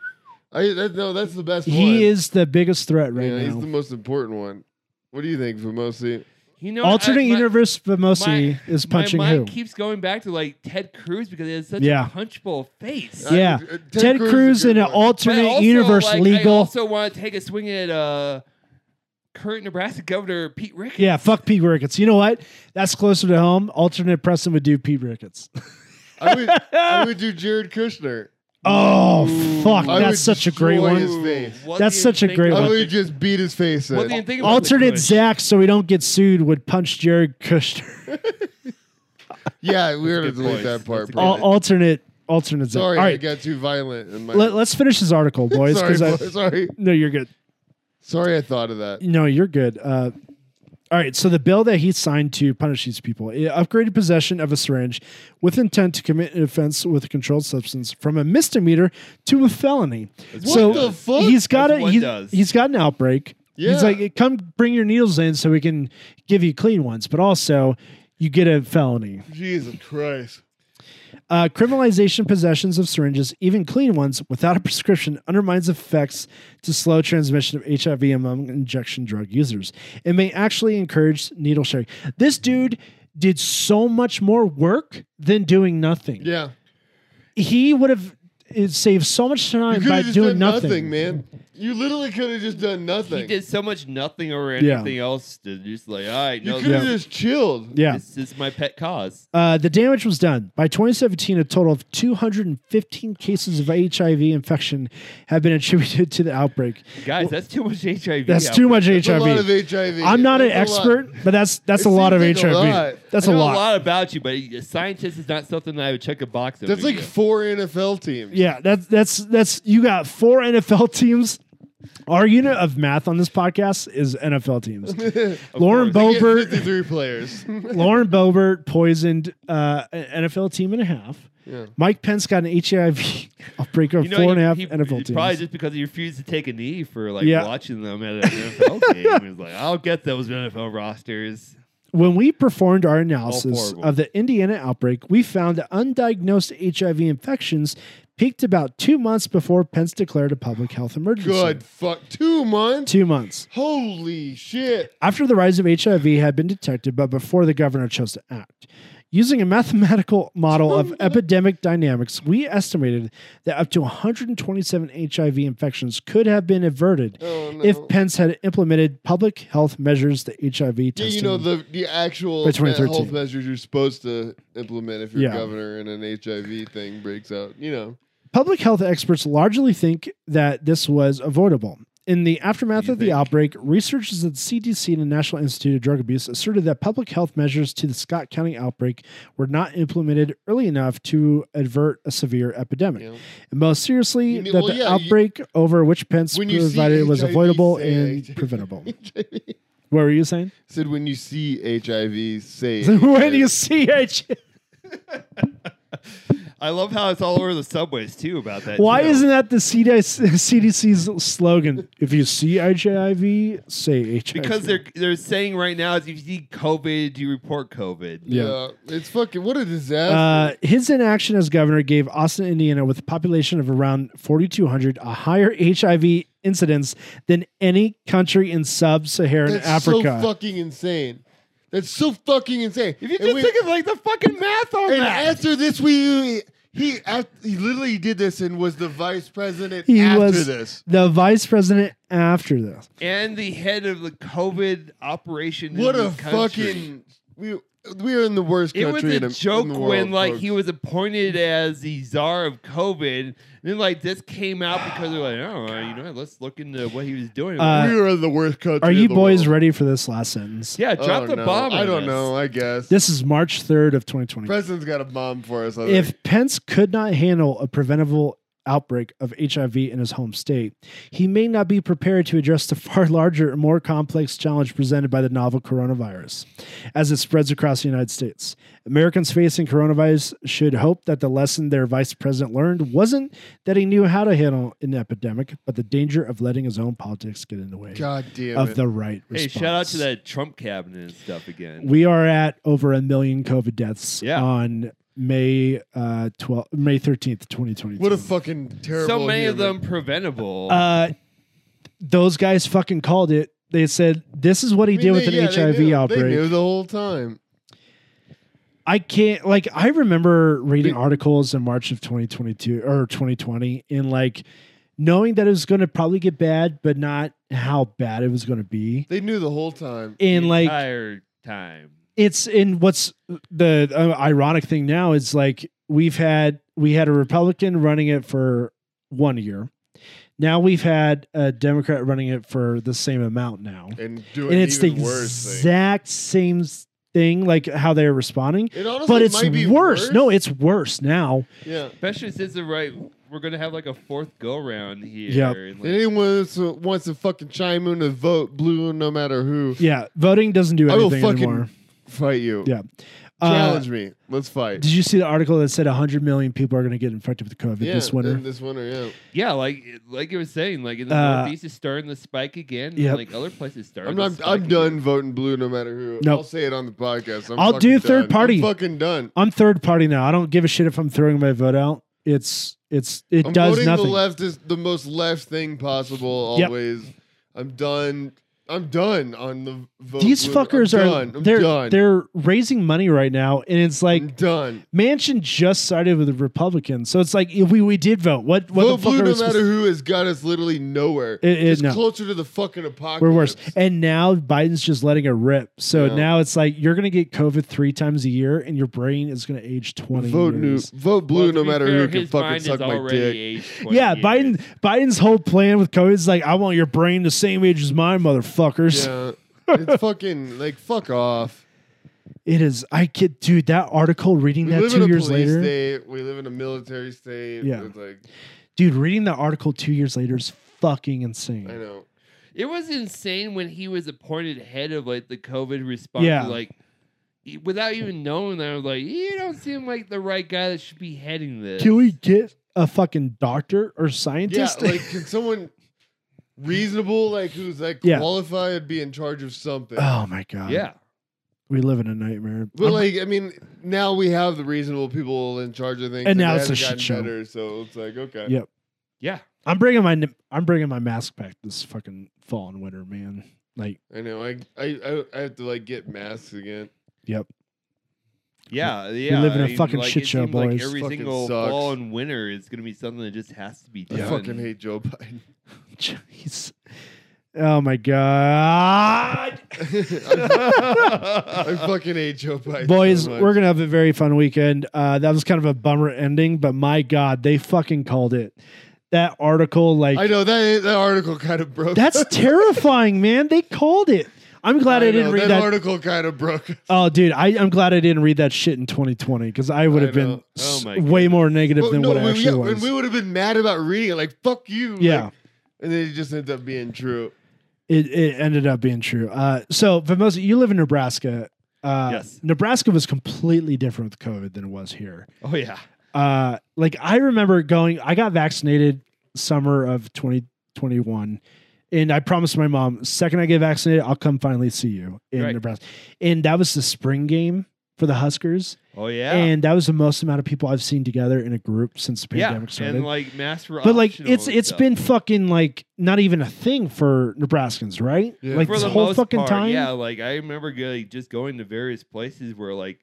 Speaker 2: i that, no that's the best one
Speaker 1: he is the biggest threat right
Speaker 2: yeah, he's
Speaker 1: now.
Speaker 2: the most important one what do you think Famosi?
Speaker 3: you know,
Speaker 1: alternate
Speaker 3: I- my-
Speaker 1: universe Famosi
Speaker 3: my-
Speaker 1: is punching
Speaker 3: my
Speaker 1: who?
Speaker 3: mind keeps going back to like Ted Cruz because he has such
Speaker 1: Yeah.
Speaker 3: a punchable face.
Speaker 1: Yeah. Ted, Cruz,
Speaker 2: uh, is a
Speaker 1: in
Speaker 2: good
Speaker 1: an
Speaker 2: one.
Speaker 3: But
Speaker 1: alternate
Speaker 3: also,
Speaker 1: universe
Speaker 3: like,
Speaker 1: legal.
Speaker 3: I also want to take a swing at uh, current Nebraska Governor Pete Ricketts.
Speaker 1: Yeah, fuck Pete Ricketts. You know what? That's closer to home. Alternate Preston would do Pete Ricketts.
Speaker 2: I would, I would do Jared Kushner.
Speaker 1: Oh fuck,
Speaker 2: I would
Speaker 1: that's such a great
Speaker 2: destroy
Speaker 1: one.
Speaker 2: his face.
Speaker 3: What
Speaker 1: That's
Speaker 3: do you
Speaker 1: such a
Speaker 3: think
Speaker 1: great
Speaker 3: about
Speaker 2: I
Speaker 1: one.
Speaker 2: would
Speaker 3: the-
Speaker 2: just beat his face
Speaker 3: What
Speaker 2: in.
Speaker 3: do you think about the
Speaker 1: Alternate
Speaker 3: Kush?
Speaker 1: Zach, so we don't get sued, would punch Jared Kushner.
Speaker 2: Yeah, we are gonna
Speaker 3: That's a good
Speaker 2: delete that
Speaker 3: point.
Speaker 2: part.
Speaker 3: That's a
Speaker 1: Al-
Speaker 3: Really?
Speaker 2: Brandon.
Speaker 1: alternate, alternate Zach.
Speaker 2: sorry,
Speaker 1: All
Speaker 2: I
Speaker 1: right,
Speaker 2: got too violent. In my
Speaker 1: let, us finish this article, boys.
Speaker 2: sorry,
Speaker 1: 'cause I-
Speaker 2: boy, sorry,
Speaker 1: no, you're good.
Speaker 2: sorry. I thought of that.
Speaker 1: No, you're good. Uh, all right, so the bill that he signed to punish these people it upgraded possession of a syringe with intent to commit an offense with a controlled substance from a misdemeanor to a felony.
Speaker 3: That's
Speaker 1: so
Speaker 2: what the fuck?
Speaker 1: he's got
Speaker 3: That's
Speaker 1: a
Speaker 3: what
Speaker 1: he,
Speaker 3: does.
Speaker 1: he's got an outbreak.
Speaker 2: Yeah.
Speaker 1: He's like, come bring your needles in so we can give you clean ones, but also you get a felony.
Speaker 2: Jesus Christ!
Speaker 1: Uh, criminalization possessions of syringes, even clean ones, without a prescription, undermines effects to slow transmission of HIV among injection drug users. It may actually encourage needle sharing. This dude did so much more work than doing nothing.
Speaker 2: Yeah,
Speaker 1: He would have it saved so much
Speaker 2: you
Speaker 1: time
Speaker 2: could
Speaker 1: by
Speaker 2: have just
Speaker 1: doing
Speaker 2: done
Speaker 1: nothing.
Speaker 2: nothing. man. You literally could have just done nothing.
Speaker 3: He did so much nothing or
Speaker 1: Yeah.
Speaker 3: anything else to just like, all right,
Speaker 2: You
Speaker 3: no,
Speaker 2: could have
Speaker 3: this,
Speaker 2: just chilled.
Speaker 1: Yeah.
Speaker 3: this is my pet cause.
Speaker 1: Uh, the damage was done. By 2017, a total of 215 cases of HIV infection have been attributed to the outbreak.
Speaker 3: Guys, that's too much HIV.
Speaker 1: That's
Speaker 3: out
Speaker 1: too
Speaker 3: there.
Speaker 1: much
Speaker 2: That's
Speaker 1: HIV.
Speaker 2: a lot of HIV.
Speaker 1: I'm not an
Speaker 2: That's a lot.
Speaker 1: expert, but that's that's
Speaker 2: It
Speaker 1: a lot of
Speaker 2: seems like
Speaker 1: HIV.
Speaker 2: a lot.
Speaker 1: That's
Speaker 3: I
Speaker 1: a
Speaker 3: know
Speaker 1: lot.
Speaker 3: a lot about you, but a scientist is not something that I would check a box.
Speaker 2: That's
Speaker 3: under
Speaker 2: like
Speaker 3: you.
Speaker 2: four NFL teams.
Speaker 1: Yeah, that's that's that's you got four NFL teams. Our unit of math on this podcast is NFL teams. Lauren
Speaker 2: They get
Speaker 1: Boebert,
Speaker 2: 53 players.
Speaker 1: Lauren Boebert poisoned uh, an NFL team and a half.
Speaker 2: Yeah.
Speaker 1: Mike Pence got an HIV outbreak of four and a half NFL teams.
Speaker 3: Probably just because he refused to take a knee for like
Speaker 1: Yeah.
Speaker 3: watching them at an NFL game. He was like, I'll get those NFL rosters.
Speaker 1: When we performed our analysis
Speaker 3: horrible.
Speaker 1: of the Indiana outbreak, we found that undiagnosed HIV infections peaked about two months before Pence declared a public health emergency.
Speaker 2: Good fuck. Two months?
Speaker 1: Two months.
Speaker 2: Holy shit.
Speaker 1: After the rise of HIV had been detected, but before the governor chose to act. Using a mathematical model of epidemic dynamics, we estimated that up to 127 HIV infections could have been averted
Speaker 2: Oh, no.
Speaker 1: if Pence had implemented public health measures that HIV testing.
Speaker 2: yeah, you know the the actual
Speaker 1: By
Speaker 2: health
Speaker 1: 2013.
Speaker 2: measures you're supposed to implement if you're
Speaker 1: Yeah.
Speaker 2: governor and an HIV thing breaks out. You know,
Speaker 1: Public health experts largely think that this was avoidable. In the aftermath
Speaker 3: You
Speaker 1: of the
Speaker 3: think?
Speaker 1: outbreak, researchers at the CDC and the National Institute of Drug Abuse asserted that public health measures to the Scott County outbreak were not implemented early enough to avert a severe epidemic.
Speaker 2: you know.
Speaker 1: And most seriously,
Speaker 2: You mean-
Speaker 1: that
Speaker 2: well,
Speaker 1: the
Speaker 2: yeah, you-
Speaker 1: outbreak over which Pence
Speaker 2: When you see
Speaker 1: provided was
Speaker 2: HIV,
Speaker 1: avoidable
Speaker 2: say
Speaker 1: and
Speaker 2: HIV.
Speaker 1: preventable. What were you saying?
Speaker 2: Said when you see HIV, say
Speaker 1: when
Speaker 2: HIV.
Speaker 1: you see H,
Speaker 3: I love how it's all over the subways too about that.
Speaker 1: why
Speaker 3: too.
Speaker 1: isn't that the CDC's slogan? If you see HIV, say HIV.
Speaker 3: because they're they're saying right now is if you see COVID, you report COVID.
Speaker 1: Yeah.
Speaker 2: Yeah, it's fucking what a disaster.
Speaker 1: Uh, his inaction as governor gave Austin, Indiana, with a population of around 4,200, a higher HIV incidence than any country in sub-Saharan
Speaker 2: That's
Speaker 1: Africa.
Speaker 2: so fucking insane. That's so fucking insane.
Speaker 3: If you
Speaker 2: And
Speaker 3: just
Speaker 2: we-
Speaker 3: think of like the fucking math on
Speaker 2: and
Speaker 3: that,
Speaker 2: after this, we he af- he literally did this and was the vice president
Speaker 1: he
Speaker 2: after
Speaker 1: was
Speaker 2: this.
Speaker 1: the vice president after this.
Speaker 3: and the head of the COVID operation.
Speaker 2: What
Speaker 3: in
Speaker 2: a
Speaker 3: this country.
Speaker 2: fucking we we are in the worst
Speaker 3: It was
Speaker 2: country
Speaker 3: a
Speaker 2: in, the- in
Speaker 3: joke
Speaker 2: the world,
Speaker 3: when like
Speaker 2: folks.
Speaker 3: he was appointed as the czar of COVID, and then like this came out because they're like, oh, uh, you know, what, let's look into what he was doing.
Speaker 1: Uh,
Speaker 2: we are the worst country.
Speaker 1: Are
Speaker 2: in
Speaker 1: you
Speaker 2: the
Speaker 1: boys
Speaker 2: world.
Speaker 1: ready for this last sentence?
Speaker 3: yeah, drop
Speaker 2: Oh,
Speaker 3: the
Speaker 2: no.
Speaker 3: bomb.
Speaker 2: I
Speaker 3: on
Speaker 2: don't
Speaker 3: us.
Speaker 2: know. I guess
Speaker 1: This is March 3rd of 2020.
Speaker 2: president's got a bomb for us. I think.
Speaker 1: If Pence could not handle a preventable outbreak of HIV in his home state, he may not be prepared to address the far larger and more complex challenge presented by the novel coronavirus as it spreads across the United States. Americans facing coronavirus should hope that the lesson their vice president learned wasn't that he knew how to handle an epidemic, but the danger of letting his own politics get in the way
Speaker 2: God damn
Speaker 1: of
Speaker 2: it.
Speaker 1: the right
Speaker 3: Hey,
Speaker 1: response.
Speaker 3: shout out to that Trump cabinet and stuff again.
Speaker 1: We are at over a million COVID deaths
Speaker 3: Yeah.
Speaker 1: on May uh 12 May 13th, 2023.
Speaker 2: what a fucking terrible.
Speaker 3: so many of
Speaker 2: human.
Speaker 3: them preventable.
Speaker 1: uh those guys fucking called it. They said this is what he
Speaker 2: I mean,
Speaker 1: did with
Speaker 2: they-
Speaker 1: an
Speaker 2: yeah, they
Speaker 1: HIV
Speaker 2: knew. They
Speaker 1: outbreak.
Speaker 2: knew the whole time.
Speaker 1: I can't like I remember reading
Speaker 2: They-
Speaker 1: articles in March of 2022 or 2020 and like knowing that it was going to probably get bad but not how bad it was going to be.
Speaker 2: They knew the whole time.
Speaker 1: And like
Speaker 3: entire time.
Speaker 1: it's in what's the uh, ironic thing now is like we've had we had a republican running it for one year now we've had a democrat running it for the same amount now
Speaker 2: And doing
Speaker 1: and it's the
Speaker 2: even worse thing.
Speaker 1: exact same s- thing like how they're responding
Speaker 2: It honestly
Speaker 1: but it's
Speaker 2: might be
Speaker 1: worse. no it's worse now
Speaker 2: yeah.
Speaker 3: Especially since the right, we're gonna have like a fourth go round here.
Speaker 1: Yep.
Speaker 3: and,
Speaker 2: And
Speaker 3: like,
Speaker 2: anyone who wants to- wants to fucking chime in to vote blue, no matter who,
Speaker 1: yeah voting doesn't do
Speaker 2: I will
Speaker 1: anything
Speaker 2: fucking
Speaker 1: anymore
Speaker 2: fight you.
Speaker 1: Yeah. Uh,
Speaker 2: Challenge me. Let's fight.
Speaker 1: did you see the article that said 100 million people are going to get infected with covid
Speaker 2: yeah,
Speaker 1: this winter
Speaker 2: then This winter, yeah.
Speaker 3: yeah, like like you were saying, like in the
Speaker 1: Uh,
Speaker 3: Northeast is starting to spike again. and,
Speaker 1: yep.
Speaker 3: like other places starting.
Speaker 2: I'm
Speaker 3: to
Speaker 2: not,
Speaker 3: spike
Speaker 2: I'm
Speaker 3: again.
Speaker 2: done voting blue, no matter who.
Speaker 1: Nope.
Speaker 2: I'll say it on the podcast. I'm
Speaker 1: I'll
Speaker 2: fucking
Speaker 1: do third
Speaker 2: done.
Speaker 1: party.
Speaker 2: I'm fucking done.
Speaker 1: I'm third party now. I don't give a shit if I'm throwing my vote out. It's it's it
Speaker 2: I'm
Speaker 1: does
Speaker 2: voting the
Speaker 1: nothing.
Speaker 2: left is the most left thing possible.
Speaker 1: Yep.
Speaker 2: Always. I'm done. I'm done on the vote.
Speaker 1: These
Speaker 2: blue. I'm
Speaker 1: fuckers are
Speaker 2: done. I'm
Speaker 1: they're
Speaker 2: done.
Speaker 1: they're raising money right now, and it's like
Speaker 2: I'm done.
Speaker 1: Mansion just sided with the Republicans, so it's like if we we did vote. What what the
Speaker 2: Vote
Speaker 1: fuck
Speaker 2: blue,
Speaker 1: are we
Speaker 2: no
Speaker 1: supposed
Speaker 2: matter who, has got us literally nowhere.
Speaker 1: It- it-
Speaker 2: It's
Speaker 1: no.
Speaker 2: closer to the fucking apocalypse.
Speaker 1: We're worse. And now Biden's just letting it rip. So
Speaker 2: Yeah.
Speaker 1: now it's like you're gonna get COVID three times a year, and your brain is gonna age twenty.
Speaker 2: Vote new,
Speaker 1: years.
Speaker 2: vote
Speaker 3: Well,
Speaker 2: blue,
Speaker 3: to
Speaker 2: no
Speaker 3: be
Speaker 2: matter
Speaker 3: fair,
Speaker 2: who can
Speaker 3: his
Speaker 2: fucking
Speaker 3: mind
Speaker 2: suck
Speaker 3: is
Speaker 2: my
Speaker 3: already
Speaker 2: dick.
Speaker 3: aged 20
Speaker 1: Yeah,
Speaker 3: years.
Speaker 1: Biden. Biden's whole plan with COVID is like, I want your brain the same age as mine, motherfuckers.
Speaker 2: Yeah, it's fucking like fuck off.
Speaker 1: It is. I get, dude. That article, reading
Speaker 2: We
Speaker 1: that
Speaker 2: live in
Speaker 1: two
Speaker 2: a
Speaker 1: years
Speaker 2: police
Speaker 1: later,
Speaker 2: state. We live in a military state.
Speaker 1: Yeah.
Speaker 2: it's like
Speaker 1: dude. Reading that article two years later is fucking insane.
Speaker 2: I know.
Speaker 3: It was insane when he was appointed head of like the COVID response.
Speaker 1: Yeah.
Speaker 3: Like e- without even knowing that, I was like, you don't seem like the right guy that should be heading this.
Speaker 1: Can we get a fucking doctor or
Speaker 2: Yeah,
Speaker 1: scientist?
Speaker 2: like can someone reasonable, like who's like
Speaker 1: Yeah.
Speaker 2: qualified, be in charge of something?
Speaker 1: oh my god.
Speaker 3: Yeah.
Speaker 1: We live in a nightmare.
Speaker 2: But
Speaker 1: I'm-
Speaker 2: like, I mean, now we have the reasonable people in charge of things,
Speaker 1: And now
Speaker 2: they
Speaker 1: it's a
Speaker 2: haven't
Speaker 1: shit show.
Speaker 2: gotten Better, so it's like, okay,
Speaker 1: Yeah.
Speaker 3: Yeah.
Speaker 1: I'm bringing my I'm bringing my mask back this fucking fall and winter, man. Like,
Speaker 2: I know. I, I I I have to like get masks again.
Speaker 1: yep.
Speaker 3: Yeah, yeah.
Speaker 1: live in
Speaker 3: a
Speaker 1: a fucking shit show, boys.
Speaker 3: Like every
Speaker 2: Fucking
Speaker 3: single
Speaker 2: sucks.
Speaker 3: fall and winter is going to be something that just has to be done.
Speaker 2: I fucking hate Joe Biden.
Speaker 1: Jeez. Oh my god.
Speaker 2: I fucking hate Joe Biden.
Speaker 1: Boys,
Speaker 2: so much.
Speaker 1: we're gonna have a very fun weekend. Uh, that was kind of a bummer ending, but my god, they fucking called it. That article, like,
Speaker 2: I know that that article kind of broke.
Speaker 1: that's terrifying, man. They called it. I'm glad I,
Speaker 2: I
Speaker 1: didn't
Speaker 2: know,
Speaker 1: read
Speaker 2: that,
Speaker 1: that.
Speaker 2: article. Kind of broke.
Speaker 1: oh, dude, I, I'm glad I didn't read that shit in 2020 because I would
Speaker 2: I
Speaker 1: have been
Speaker 2: know.
Speaker 1: s-
Speaker 3: Oh my
Speaker 1: way more negative
Speaker 2: Well,
Speaker 1: than
Speaker 2: no,
Speaker 1: what I
Speaker 2: we,
Speaker 1: actually
Speaker 2: yeah,
Speaker 1: was.
Speaker 2: and we would have been mad about reading it. Like fuck you. like,
Speaker 1: yeah.
Speaker 2: and then it just ends up being true.
Speaker 1: it, it ended up being true. Uh, so, Famosa, you live in Nebraska. Uh,
Speaker 3: Yes.
Speaker 1: Nebraska was completely different with COVID than it was here.
Speaker 3: Oh yeah.
Speaker 1: Uh, like, I remember going, I got vaccinated summer of 2021. And I promised my mom, second I get vaccinated, I'll come finally see you in
Speaker 3: Right.
Speaker 1: Nebraska. And that was the spring game for the Huskers.
Speaker 3: Oh yeah.
Speaker 1: And that was the most amount of people I've seen together in a group since the
Speaker 3: yeah.
Speaker 1: pandemic started
Speaker 3: And like oh, masks were
Speaker 1: but like
Speaker 3: optional
Speaker 1: it's
Speaker 3: and
Speaker 1: it's
Speaker 3: stuff.
Speaker 1: been fucking like not even a thing for Nebraskans, right?
Speaker 2: Yeah.
Speaker 1: Like
Speaker 2: For
Speaker 1: this
Speaker 2: the
Speaker 1: whole fucking
Speaker 3: part,
Speaker 1: time.
Speaker 3: Yeah, like I remember go- like, just going to various places where like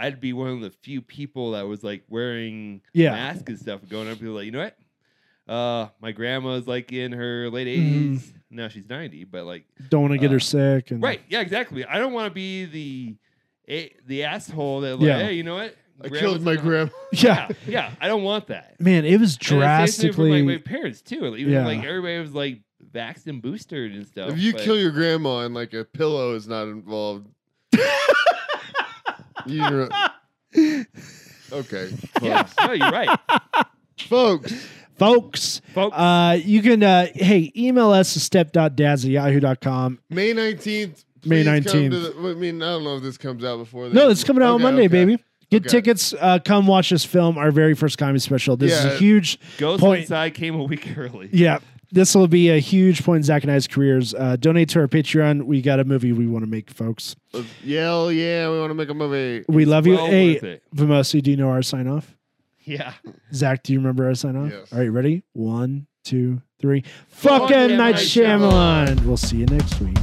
Speaker 3: I'd be one of the few people that was like wearing
Speaker 1: Yeah.
Speaker 3: masks and stuff, going up to people like, you know what? Uh, my grandma's like in her late
Speaker 1: Mhm.
Speaker 3: 80s. Now she's 90, but like,
Speaker 1: Don't want to get
Speaker 3: Uh,
Speaker 1: her sick and
Speaker 3: right? Yeah, exactly. I don't want to be the eh, the asshole that like,
Speaker 1: Yeah.
Speaker 3: hey, you know what?
Speaker 2: I
Speaker 3: Grandma's
Speaker 2: killed my
Speaker 3: in her-"
Speaker 2: grandma.
Speaker 1: Yeah.
Speaker 3: Yeah, yeah. I don't want that.
Speaker 1: Man, it was
Speaker 3: And it's the same thing for,
Speaker 1: drastically
Speaker 3: like, my parents too. Like, Even
Speaker 1: Yeah.
Speaker 3: like everybody was like vaxxed and boosted and stuff.
Speaker 2: If you
Speaker 3: but-
Speaker 2: kill your grandma and like a pillow is not involved, you know- okay, folks.
Speaker 3: yeah, no, you're right,
Speaker 2: folks.
Speaker 1: folks.
Speaker 3: folks.
Speaker 1: Uh you can uh hey, email us at step.dads at yahoo.com.
Speaker 2: May nineteenth.
Speaker 1: May 19th.
Speaker 2: I mean, I don't know if this comes out before. then.
Speaker 1: No, it's coming out on
Speaker 2: Okay,
Speaker 1: Monday,
Speaker 2: okay.
Speaker 1: baby. Get
Speaker 2: Okay.
Speaker 1: tickets, uh come watch us film our very first comedy special. This is a
Speaker 2: Yeah.
Speaker 1: huge
Speaker 3: Ghost
Speaker 1: Point-
Speaker 3: Inside came a week early.
Speaker 1: yeah. This will be a huge point in Zach and I's careers. Uh, donate to our Patreon. We got a movie we want to make, folks.
Speaker 2: Let's yell, yeah! We want to make a movie.
Speaker 1: We love you.
Speaker 3: well
Speaker 1: hey,
Speaker 3: worth it.
Speaker 1: Vimosi, do you know our sign off?
Speaker 3: Yeah.
Speaker 1: Zach, do you remember our sign off?
Speaker 2: Yes.
Speaker 1: All right, ready? One, two, three.
Speaker 2: Fucking
Speaker 1: Fucking Night
Speaker 2: Night
Speaker 1: Shyamalan. We'll see you next week.